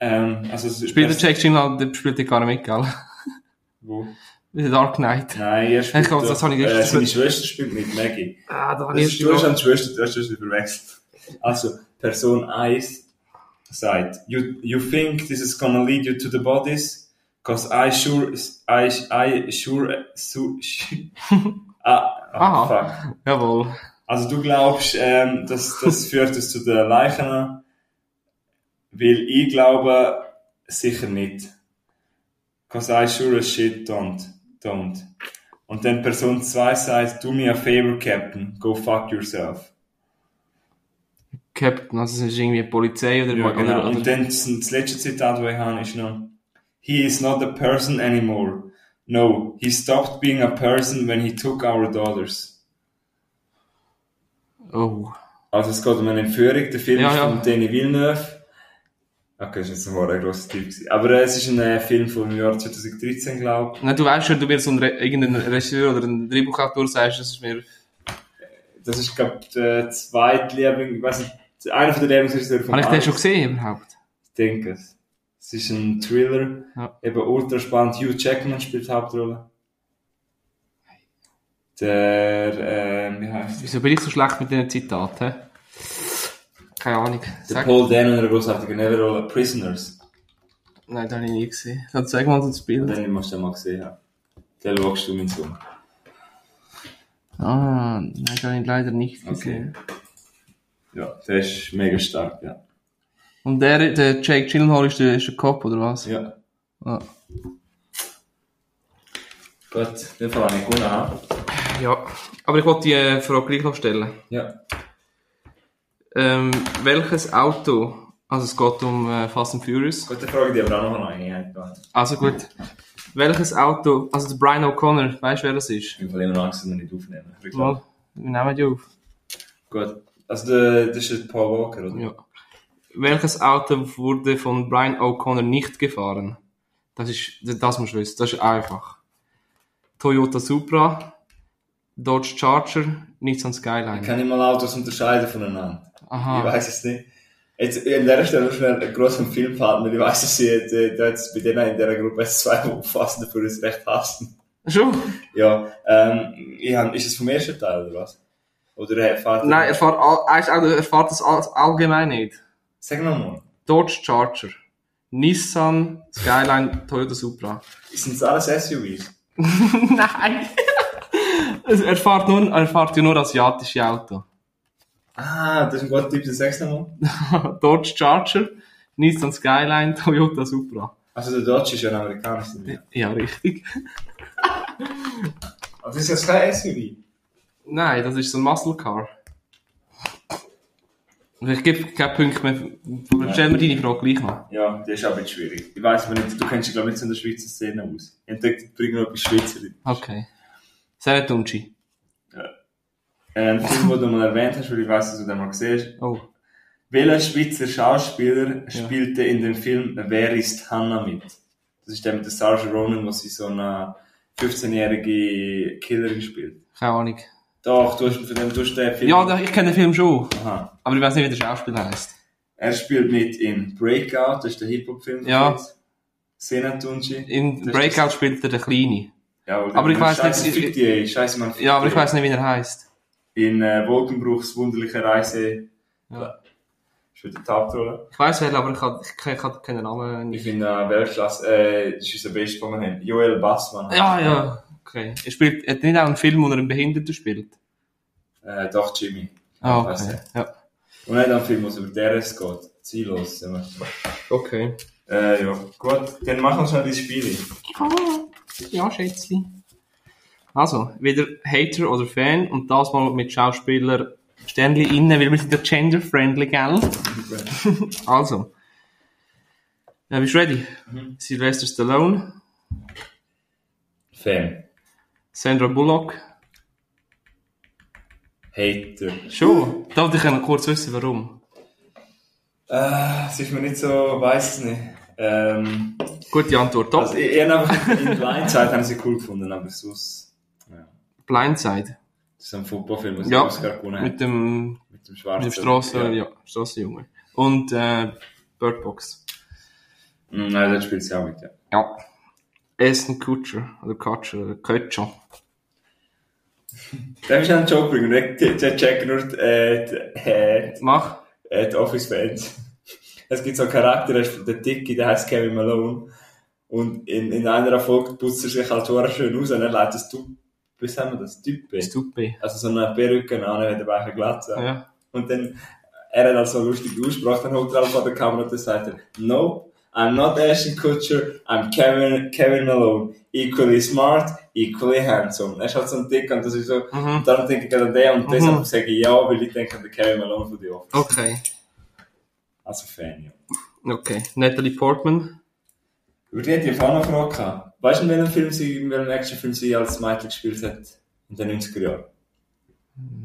Speaker 2: Ähm, also es-
Speaker 1: Spielt der
Speaker 2: das-
Speaker 1: Jack Gyllenhaal, der spielt ja gar nicht mit, gell? [laughs]
Speaker 2: Wo?
Speaker 1: Bei Dark Knight.
Speaker 2: Nein, er spielt...
Speaker 1: Ich glaube, das
Speaker 2: doch-
Speaker 1: habe ich gestern
Speaker 2: äh, Seine
Speaker 1: gehört.
Speaker 2: Schwester spielt mit, Maggie.
Speaker 1: Ah, da habe
Speaker 2: Das
Speaker 1: ich
Speaker 2: ist, du hast
Speaker 1: schon.
Speaker 2: an die Schwester, du hast das überwechselt. Also, Person 1 sagt, you, you think this is gonna lead you to the bodies? Cause I sure, I, I sure, so,
Speaker 1: [laughs]
Speaker 2: ah, ah,
Speaker 1: Aha.
Speaker 2: fuck.
Speaker 1: Jawohl.
Speaker 2: Also du glaubst, ähm, das, [laughs] das führt es zu den Leichen? Weil ich glaube, sicher nicht. Cause I sure as shit don't, don't. Und dann Person 2 sagt, do me a favor, Captain, go fuck yourself.
Speaker 1: Captain, also es ist irgendwie Polizei oder,
Speaker 2: Ja, genau.
Speaker 1: oder,
Speaker 2: Und
Speaker 1: oder
Speaker 2: dann das, das letzte Zitat, das ich habe, ist noch, He is not a person anymore. No, he stopped being a person when he took our daughters.
Speaker 1: Oh.
Speaker 2: Also es geht um eine Entführung, der Film
Speaker 1: Ja,
Speaker 2: ist
Speaker 1: ja.
Speaker 2: von Denis Villeneuve. Okay, das ist jetzt ein grosser Typ gewesen. Aber äh, es ist ein äh, Film vom Jahr 2013, glaube
Speaker 1: Nein, du weißt schon, du wirst so ein Re irgendein Regisseur oder ein Drehbuchautor sagst, das ist mir.
Speaker 2: ich. Das ist, glaube ich, der zweite Liebling, ich weiß nicht, einer von den Lieblingsregisseuren von
Speaker 1: Habe ich den
Speaker 2: Alex.
Speaker 1: schon gesehen überhaupt?
Speaker 2: Ich denke es. Es ist ein Thriller,
Speaker 1: Ja.
Speaker 2: eben ultra spannend. Hugh Jackman spielt die Hauptrolle. Der, ähm, wie heißt
Speaker 1: Wieso bin ich so schlecht mit diesen Zitaten? hä? Keine Ahnung.
Speaker 2: der? Der
Speaker 1: Sag.
Speaker 2: Paul Dano in einer großartigen Nebenrolle, Prisoners.
Speaker 1: Nein, den habe ich nie gesehen. Dann zeig mal das Bild.
Speaker 2: Den musst du mal gesehen haben. Den schaust du, mein Sohn.
Speaker 1: Ah, nein, den habe ich leider nicht gesehen.
Speaker 2: Ja, der ist mega stark, ja.
Speaker 1: Und der, der Jake Gyllenhaal ist der, ist der Cop, oder was?
Speaker 2: Ja.
Speaker 1: Ah.
Speaker 2: Gut, in dem Fall habe ich gewonnen, ha?
Speaker 1: ja. Aber ich wollte die äh, Frage gleich noch stellen.
Speaker 2: Ja.
Speaker 1: Ähm, welches Auto, also es geht um äh, Fast and Furious,
Speaker 2: Gut, dann frage ich dich aber auch noch eine. eigentlich.
Speaker 1: also gut, welches Auto, also der Brian O'Connor, weißt du wer das ist?
Speaker 2: Ich bin von dem noch Angst, dass wir nicht aufnehmen. Ich glaube-
Speaker 1: Mal, wir nehmen die auf.
Speaker 2: Gut. Also, der, das ist der Paul Walker, oder?
Speaker 1: Ja. Welches Auto wurde von Brian O'Connor nicht gefahren? Das ist, das musst du wissen, das ist einfach. Toyota Supra, Dodge Charger, Nissan
Speaker 2: Ich
Speaker 1: Skyline.
Speaker 2: kann nicht mal Autos unterscheiden voneinander. Ich
Speaker 1: Aha.
Speaker 2: weiß es nicht. Jetzt, an dieser Stelle noch schnell einen grossen Filmpartner. Ich weiß, dass sie äh, da jetzt bei denen in dieser Gruppe zwei umfassend für uns recht hassen.
Speaker 1: Schon?
Speaker 2: Ja, ähm, ich hab, ist es vom ersten Teil oder was? Oder äh, Vater?
Speaker 1: Nein, er fährt, all, er ist auch- er fährt das all, allgemein nicht.
Speaker 2: Sag nochmal.
Speaker 1: Dodge Charger, Nissan, Skyline, Toyota Supra.
Speaker 2: Sind das alles SUVs?
Speaker 1: [laughs] Nein! Also er, fährt nur, er fährt ja nur asiatische Auto.
Speaker 2: Ah, das ist ein guter Tipp, den sagst du nochmal.
Speaker 1: Dodge Charger, Nissan Skyline, Toyota Supra.
Speaker 2: Also der Dodge ist ja ein amerikanischer. Ja.
Speaker 1: Ja, richtig.
Speaker 2: Aber das ist jetzt kein SUV.
Speaker 1: Nein, das ist so ein Muscle Car. Ich gebe keinen Punkt mehr. Aber Stell mir deine Frage gleich noch.
Speaker 2: Ja, das ist aber nicht schwierig. Ich weiß aber nicht, du kennst dich glaube ich nicht so in der Schweizer Szene aus. Ich entdecke, bring noch etwas Schweizer.
Speaker 1: Okay. Sehr dumm, G.
Speaker 2: Ein Film, den du mal erwähnt hast, weil ich weiß, dass du den mal gesehen hast.
Speaker 1: Oh.
Speaker 2: Welcher Schweizer Schauspieler spielte in dem Film Wer ist Hannah mit? Das ist der mit der Sarge Ronan, wo sie so eine 15-jährige Killerin spielt.
Speaker 1: Keine Ahnung.
Speaker 2: Doch, du hast von dem du hast den Film.
Speaker 1: Ja, da- ich kenne den Film schon.
Speaker 2: Aha.
Speaker 1: Aber ich weiß nicht, wie der Schauspieler heißt.
Speaker 2: Er spielt mit in Breakout, das ist der Hip-Hop-Film.
Speaker 1: Ja.
Speaker 2: Senatunji.
Speaker 1: In
Speaker 2: Das ist
Speaker 1: Breakout spielt er der Kleine.
Speaker 2: Jawohl,
Speaker 1: Aber ich weiss
Speaker 2: Scheiße,
Speaker 1: nicht, ich-
Speaker 2: Fick die, Scheiße, man.
Speaker 1: Ja, aber ich weiß nicht, wie er heißt.
Speaker 2: In äh, Wolkenbruchs wunderliche Reise.
Speaker 1: Ja.
Speaker 2: Ist wieder die Hauptrolle.
Speaker 1: Ich weiß wer, aber ich kann, ich kann, ich kann keinen Namen
Speaker 2: Ich
Speaker 1: nicht.
Speaker 2: finde äh, Weltklasse, äh, das ist unser Beste, den wir haben. Joel Bassmann.
Speaker 1: Ja, ja. Okay. Er spielt, er hat nicht auch einen Film, wo er einen Behinderten spielt.
Speaker 2: Äh, doch, Jimmy.
Speaker 1: Ah,
Speaker 2: Weiss
Speaker 1: okay.
Speaker 2: der.
Speaker 1: Ja.
Speaker 2: Und nicht ein Film, was über DRS geht. Ziellos sind wir.
Speaker 1: Okay.
Speaker 2: Äh, ja. Gut, dann machen wir schnell die Spiele.
Speaker 1: Ja, Schätzli. Also, wieder Hater oder Fan und das mal mit Schauspieler Stanley innen, weil wir sind ja gender-friendly, gell? [laughs] Also. Ja, bist du ready? Sylvester Stallone,
Speaker 2: Fan.
Speaker 1: Sandra Bullock.
Speaker 2: Hater.
Speaker 1: Schon? Darf ich ja noch kurz wissen, warum?
Speaker 2: Äh, es ist mir nicht so, weiß es nicht. Ähm,
Speaker 1: Gute Antwort. Top.
Speaker 2: also, ich, ich habe einfach in Blindzeit haben sie cool gefunden, aber sonst. Ja.
Speaker 1: Blindside.
Speaker 2: Das ist ein Footballfilm, was
Speaker 1: Ja.
Speaker 2: ich Oscar gewonnen hat.
Speaker 1: Mit dem
Speaker 2: Mit dem Schwarzen.
Speaker 1: Mit dem Strassen,
Speaker 2: ne? Ja.
Speaker 1: ja. Strassenjunge. Und äh, Bird Box.
Speaker 2: Mm, Nein, das spielt sie auch mit, ja.
Speaker 1: Ja. also Aston Kutcher. Oder Kutcher. Oder Kutcher.
Speaker 2: Darf ich noch einen Joke bringen? Der- Der checkt nur die, äh, die, äh,
Speaker 1: Mach.
Speaker 2: die, äh, die Office-Fans. Es gibt so einen Charakter, der ist der Dicke, der heißt Kevin Malone. Und in, in einer Folge putzt er sich halt sehr schön aus und er lädt das Typ, wie sagen wir das, Typ
Speaker 1: Stupe.
Speaker 2: Also so eine Perücke an, er hat eine weiche Glatze.
Speaker 1: Ja.
Speaker 2: Und dann, er hat also lustig ausgesprochen, dann holt er halt vor der Kamera und dann sagt er, Nope, I'm not Ashton Kutcher, I'm Kevin, Kevin Malone. Equally smart, equally handsome. Er ist halt so ein Dick und das ist so,
Speaker 1: Mhm.
Speaker 2: darum denke ich an den und
Speaker 1: Mhm.
Speaker 2: deshalb sage ich ja, weil ich denke an den Kevin Malone von The Office.
Speaker 1: Okay.
Speaker 2: Also Fan, ja.
Speaker 1: Okay. Natalie Portman.
Speaker 2: Über die hätte ich vorhin noch eine Frage gehabt. Weißt du, in welchem Film sie, in welchem Actionfilm sie als Michael gespielt hat? In den 90er Jahren.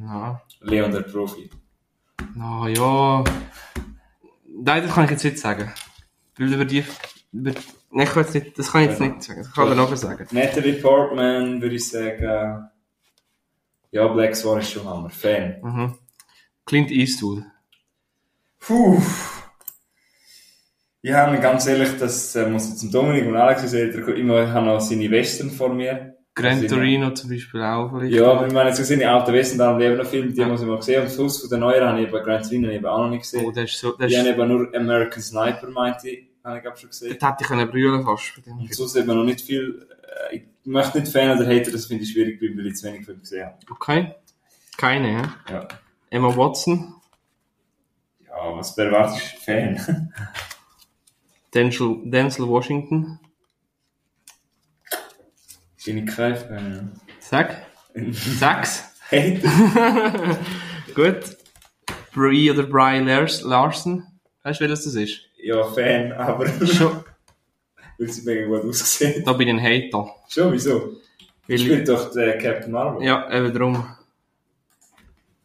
Speaker 1: Ja.
Speaker 2: Leon der Profi.
Speaker 1: Na ja. Nein, das kann ich jetzt nicht sagen. Weil über die... Über... Nein, ich kann jetzt nicht, das kann ich jetzt nicht sagen. Das kann ich nachher sagen.
Speaker 2: Natalie Portman würde ich sagen. Ja, Black Swan ist schon Hammer. Fan.
Speaker 1: Mhm. Clint Eastwood.
Speaker 2: Puh. Ich habe mir ganz ehrlich, das äh, muss ich zum Dominik und Alex sehen, der immer ich habe noch seine Western vor mir.
Speaker 1: Gran
Speaker 2: Also,
Speaker 1: Torino zum Beispiel auch. vielleicht.
Speaker 2: Ja, aber ich meine, so seine alten Western, da haben wir eben noch Filme, die
Speaker 1: Ja.
Speaker 2: muss ich mal gesehen. Und das Haus von der Neuer habe ich eben Grand Twin eben auch noch nicht
Speaker 1: Oh,
Speaker 2: gesehen.
Speaker 1: das ist so... Das,
Speaker 2: Die haben
Speaker 1: ist,
Speaker 2: eben nur American Sniper, meinte ich, habe ich glaube schon gesehen.
Speaker 1: das hätte ich können brüllen fast. bei dem
Speaker 2: Und sonst eben noch nicht viel. Äh, ich möchte nicht Fan oder Hater, das finde ich schwierig, weil ich zu wenig Filme gesehen habe.
Speaker 1: Okay. Keine, ja.
Speaker 2: Ja.
Speaker 1: Emma Watson,
Speaker 2: Ja, was erwartest du? Fan. [laughs]
Speaker 1: Denzel, Denzel Washington,
Speaker 2: Bin ich kein Fan.
Speaker 1: sag. Sechs.
Speaker 2: Hater.
Speaker 1: Gut. Brie oder Brian Lars Larson. Weißt du, wer das das ist?
Speaker 2: Ja, Fan, aber weil
Speaker 1: Schon.
Speaker 2: sie mega gut ausgesehen.
Speaker 1: Da bin ich ein Hater.
Speaker 2: [laughs] Schon, wieso?
Speaker 1: Weil-
Speaker 2: Ich spielt doch der Captain Marvel.
Speaker 1: Ja, eben drum.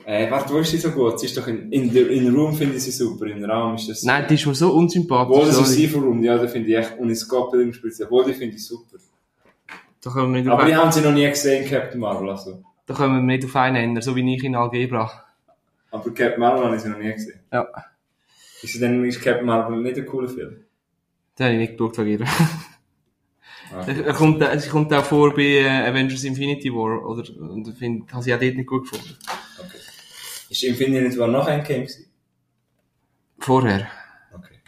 Speaker 2: Äh, warte, wo ist sie so gut? Sie ist doch in, in, der- in Room finde ich sie super, in Raum ist das...
Speaker 1: Nein, die ist mir so unsympathisch.
Speaker 2: Obwohl, das ist
Speaker 1: sorry.
Speaker 2: sie von Room, ja, da finde ich echt... Und in Scotland spielt sie, obwohl, die finde ich super.
Speaker 1: da können wir nicht
Speaker 2: Aber
Speaker 1: auf,
Speaker 2: die
Speaker 1: ja.
Speaker 2: haben sie noch nie gesehen, Captain Marvel, also.
Speaker 1: da können wir nicht auf einen ändern, so wie ich in Algebra.
Speaker 2: Aber Captain Marvel habe ich sie noch nie gesehen.
Speaker 1: Ja.
Speaker 2: Ist sie denn, ist Captain Marvel nicht ein cooler Film?
Speaker 1: Da habe ich nicht geschaut, wegen ihr. [laughs]
Speaker 2: Ah.
Speaker 1: Er er kommt, er kommt auch vor bei äh, Avengers Infinity War, oder? Und ich finde, habe ich auch dort nicht gut gefunden.
Speaker 2: Okay. Ist Infinity War noch ein Game gewesen?
Speaker 1: Vorher.
Speaker 2: Okay.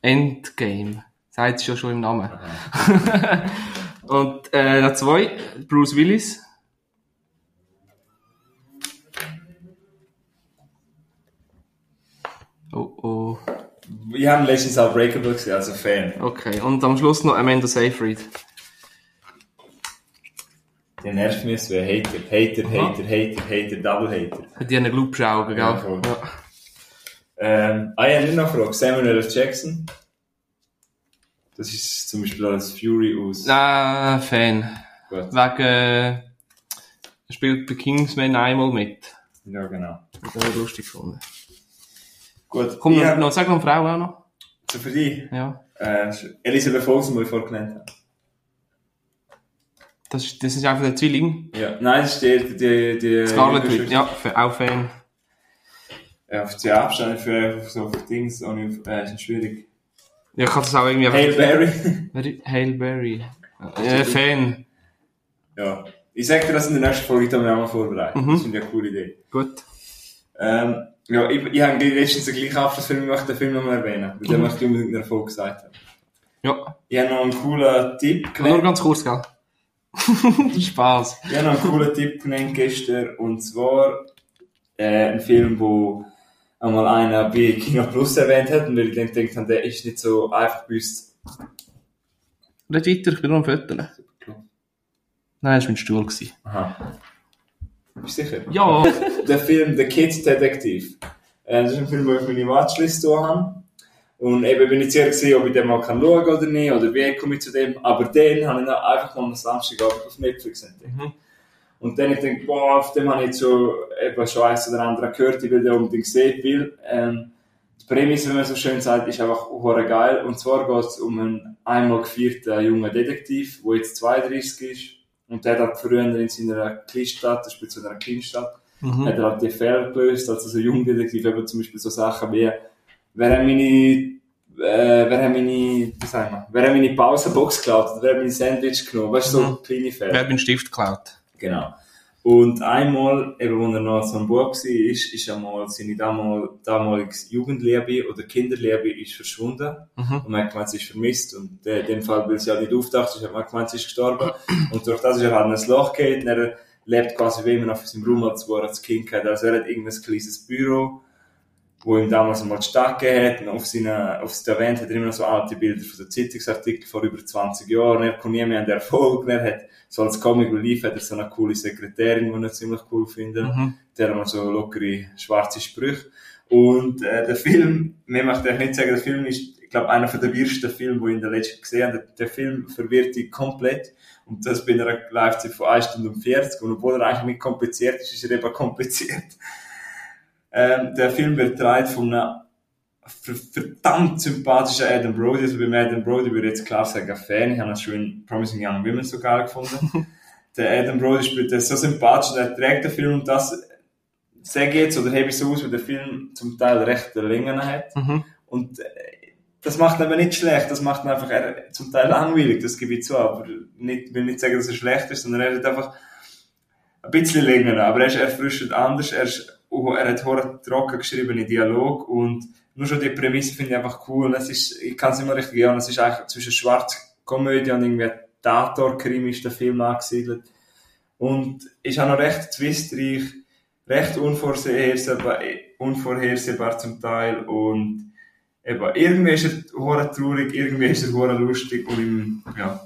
Speaker 1: Endgame. Sagt es ja schon im Namen. [laughs] und äh, der zwei, Bruce Willis. Oh oh.
Speaker 2: Wir haben letztens auch Breakable gesehen, also Fan.
Speaker 1: Okay. Und am Schluss noch Amanda Seyfried.
Speaker 2: Der nervt mich so, Hater, Hater, Hater, Hater, Hater, Double Hater.
Speaker 1: Hat die einen glubschen Augen, gell?
Speaker 2: Ja, voll.
Speaker 1: Ja.
Speaker 2: Ähm, ah ja, nicht noch eine Frage. Samuel L. Jackson. Das ist zum Beispiel als Fury aus.
Speaker 1: Ah, Fan. äh,
Speaker 2: Gut.
Speaker 1: Wegen. Er spielt bei Kingsman einmal mit.
Speaker 2: Ja, genau.
Speaker 1: Das habe ich lustig gefunden.
Speaker 2: Gut,
Speaker 1: Komm,
Speaker 2: ich hab
Speaker 1: noch, sag noch eine Frau auch noch.
Speaker 2: zu für dich.
Speaker 1: Ja.
Speaker 2: Äh, Elisabeth Olsen, die ich vorhin genannt habe.
Speaker 1: Das, ist- das ist einfach der Zwilling.
Speaker 2: Ja. Nein, es steht die, die
Speaker 1: Scarlett
Speaker 2: die-
Speaker 1: Witch, ja, für, auch Fan.
Speaker 2: Ja, auf die Abstände für auf so auf Dings ohne auf, äh, ist schwierig.
Speaker 1: Ja, ich kann das auch irgendwie
Speaker 2: Hail Berry. [laughs]
Speaker 1: Very- Hail Berry. Äh, Fan.
Speaker 2: ja. Ich sag dir das in der nächsten Folge, da haben wir auch mal vorbereitet.
Speaker 1: Mhm.
Speaker 2: Das finde ich eine coole Idee.
Speaker 1: Gut.
Speaker 2: Ähm, ja, ich, ich habe letztens den gleichen Abschlussfilm gemacht, den Film nochmal erwähnen, weil den
Speaker 1: Mhm.
Speaker 2: möchte ich unbedingt in der Folge gesagt haben.
Speaker 1: Ja.
Speaker 2: Ich habe noch einen coolen Tipp
Speaker 1: Nur
Speaker 2: genannt.
Speaker 1: ganz kurz, [laughs] gell? Spaß.
Speaker 2: Ich habe noch einen coolen Tipp genannt gestern, und zwar äh, ein Film, wo einmal einer bei Kino Plus erwähnt hat, und weil ich dann gedacht habe, der ist nicht so einfach bei uns.
Speaker 1: Red weiter, ich bin nur am Fötteln. Nein, das war mein Stuhl. Gewesen.
Speaker 2: Aha. Bist du sicher?
Speaker 1: Ja.
Speaker 2: der Film The Kid Detective. Äh, Das ist ein Film, den ich auf meine Watchlist da habe. Und eben bin ich sehr gesehen, ob ich den mal kann schauen kann oder nicht, oder wie komme ich zu dem. Aber den habe ich dann einfach mal am Samstagabend auf Netflix entdeckt.
Speaker 1: Mhm.
Speaker 2: Und dann ich denke, boah, auf dem habe ich so eben schon eins oder andere gehört, ich will den unbedingt sehen, weil ähm, die Prämisse, wenn man so schön sagt, ist einfach hure geil. Und zwar geht es um einen einmal gefeierten jungen Detektiv, der jetzt 32 ist. Und der hat früher in seiner Kleinstadt, das spielt so in einer Kleinstadt,
Speaker 1: Hm. Mhm.
Speaker 2: hat er halt die Fälle gelöst, also so Jungdetektiv, eben zum Beispiel so Sachen wie, wer hat meine, äh, wer hat meine, wie sagen wir, wer hat meine Pausenbox geklaut, oder wer hat mein Sandwich genommen, weißt du, so kleine Fälle.
Speaker 1: Wer hat meinen Stift geklaut?
Speaker 2: Genau. Und einmal, eben, als er noch so ein Bub war, ist, ist einmal seine damal, damaliges Jugendliebe oder Kinderliebe ist verschwunden.
Speaker 1: Mhm.
Speaker 2: Und man hat gemeint, sie ist vermisst. Und äh, in dem Fall, weil sie halt nicht auftaucht ist, hat man gemeint, sie ist gestorben. Und durch das ist er halt in ein Loch gefallen. Und er lebt quasi wie immer noch auf seinem Raum, als wo er als Kind hatte. Also er hat irgendein kleines Büro, wo ihm damals einmal die Stadt gegeben hat. Und auf seiner, auf seiner Wand hat er immer noch so alte Bilder von so Zeitungsartikeln vor über 20 Jahren. Er kommt nie mehr an den Erfolg. Und Er hat, so als Comic Relief hat er so eine coole Sekretärin, die ich ziemlich cool finde
Speaker 1: Mhm.
Speaker 2: der hat mal so lockere schwarze Sprüche. Und äh, der Film, mehr möchte ich nicht sagen, der Film ist, ich glaube, einer der wirrsten Filme, die ich in der letzten gesehen habe. Der, der Film verwirrt dich komplett. Und das bei einer Live-Zeit von 1 Stunde und 40. Und obwohl er eigentlich nicht kompliziert ist, ist er eben kompliziert. [laughs] Ähm, der Film wird getragen von einem ver- verdammt sympathischen Adam Brody. Also bei Adam Brody würde ich jetzt klar sagen, ein Fan. Ich habe ihn schon in Promising Young Women so geil gefunden. der Adam Brody spielt das so sympathisch und er trägt den Film und das sage ich jetzt oder hebe ich so aus, weil der Film zum Teil recht Längen hat.
Speaker 1: Mhm.
Speaker 2: Und äh, das macht ihn aber nicht schlecht, das macht ihn einfach eher zum Teil langweilig, das gebe ich zu, aber nicht, will nicht sagen, dass er schlecht ist, sondern er hat einfach ein bisschen länger, aber er ist erfrischend anders, er, ist, oh, er hat hohe trocken geschriebene Dialog und nur schon die Prämisse finde ich einfach cool, es ist, ich kann es immer richtig gehen, es ist eigentlich zwischen Schwarzkomödie und irgendwie Tator-Krimi ist der Film angesiedelt und ist auch noch recht twistreich, recht unvorhersehbar, unvorhersehbar zum Teil und eben, irgendwie ist er hure traurig, irgendwie ist er hure lustig und im, ja,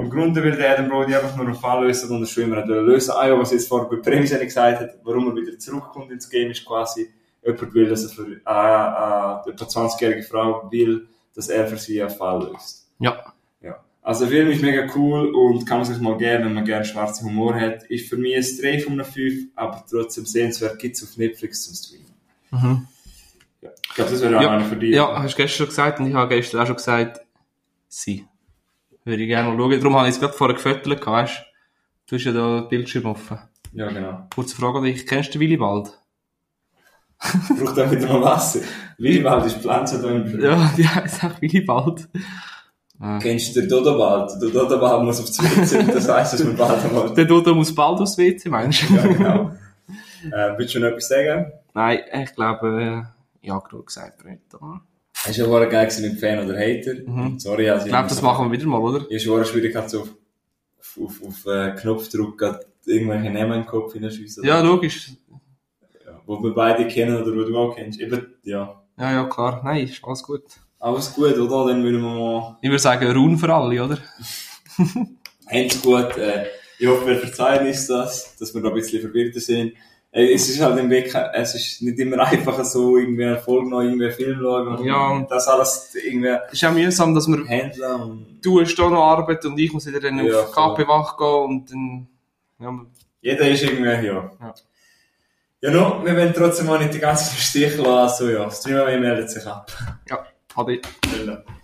Speaker 2: im Grunde will der Adam Brody einfach nur einen Fall lösen, den er schon immer hat wollen lösen Ah ja, was er jetzt vorher bei Prämisse gesagt hat, warum er wieder zurückkommt ins Game, ist quasi, jemand will, dass er für ah, eine, eine, etwa 20-jährige Frau will, dass er für sie einen Fall löst.
Speaker 1: Ja.
Speaker 2: Ja. Also der Film ist mega cool und kann man sich mal geben, wenn man gerne schwarzen Humor hat. Ist für mich ein 3 von 5, aber trotzdem sehenswert gibt es auf Netflix zum Streamen.
Speaker 1: Mhm.
Speaker 2: Ja. Ich glaube, das wäre auch
Speaker 1: Ja.
Speaker 2: einer für dich.
Speaker 1: Ja, hast du gestern schon gesagt und ich habe gestern auch schon gesagt, sie. Würde ich gerne mal schauen. Darum habe ich es gerade vorher gefüttert, gehabt, weißt du? Du hast ja da den Bildschirm offen.
Speaker 2: ja genau.
Speaker 1: Kurze Frage an dich. Kennst du Willy Wald?
Speaker 2: Braucht dann wieder mal Wasser. Lillwald ist Pflanze da im Büro.
Speaker 1: Ja, [laughs] die heisst auch Willy Wald.
Speaker 2: Kennst du den Dodowald? Der Dodowald muss auf die Witze, das heisst, dass man bald einmal...
Speaker 1: Der Dodo muss bald aus WC, meinst du?
Speaker 2: Ja, genau. Äh, willst du noch etwas sagen?
Speaker 1: [laughs] Nein, ich glaube, äh, ja, genug gesagt, Brüder.
Speaker 2: Hast du ja geil gewesen mit Fan oder Hater? Sorry, also...
Speaker 1: Ich glaube, das machen wir wieder mal, oder?
Speaker 2: Ich schwöre, schwierig hat so auf, auf, auf, auf äh, Knopfdruck grad irgendwelche Namen im Kopf hineinschiessen.
Speaker 1: Ja, logisch.
Speaker 2: ja. Wo wir beide kennen oder wo du auch kennst. Eben, ja.
Speaker 1: Ja, ja, klar. Nein, ist alles gut.
Speaker 2: Alles gut, oder? Dann würden wir mal.
Speaker 1: Ich würde sagen, Run für alle, oder?
Speaker 2: Alles gut. Äh, ich hoffe, ihr verzeiht uns das, dass wir da ein bisschen verwirrter sind. Äh, es ist halt im Weg, es ist nicht immer einfach so, irgendwie eine Folge noch, irgendwie einen Film schauen. und
Speaker 1: Ja, und-
Speaker 2: Das alles irgendwie
Speaker 1: Ist ja mühsam, dass wir,
Speaker 2: handeln und
Speaker 1: du hast da noch Arbeit und ich muss wieder dann
Speaker 2: Ja,
Speaker 1: auf KP wach gehen und dann, ja,
Speaker 2: jeder ist irgendwie, ja.
Speaker 1: Ja.
Speaker 2: Ja, Ja, no, wir wollen trotzdem mal nicht die ganze Stich lassen. Also ja, Streamer meldet sich ab.
Speaker 1: Ja, ade.
Speaker 2: Vielen Dank.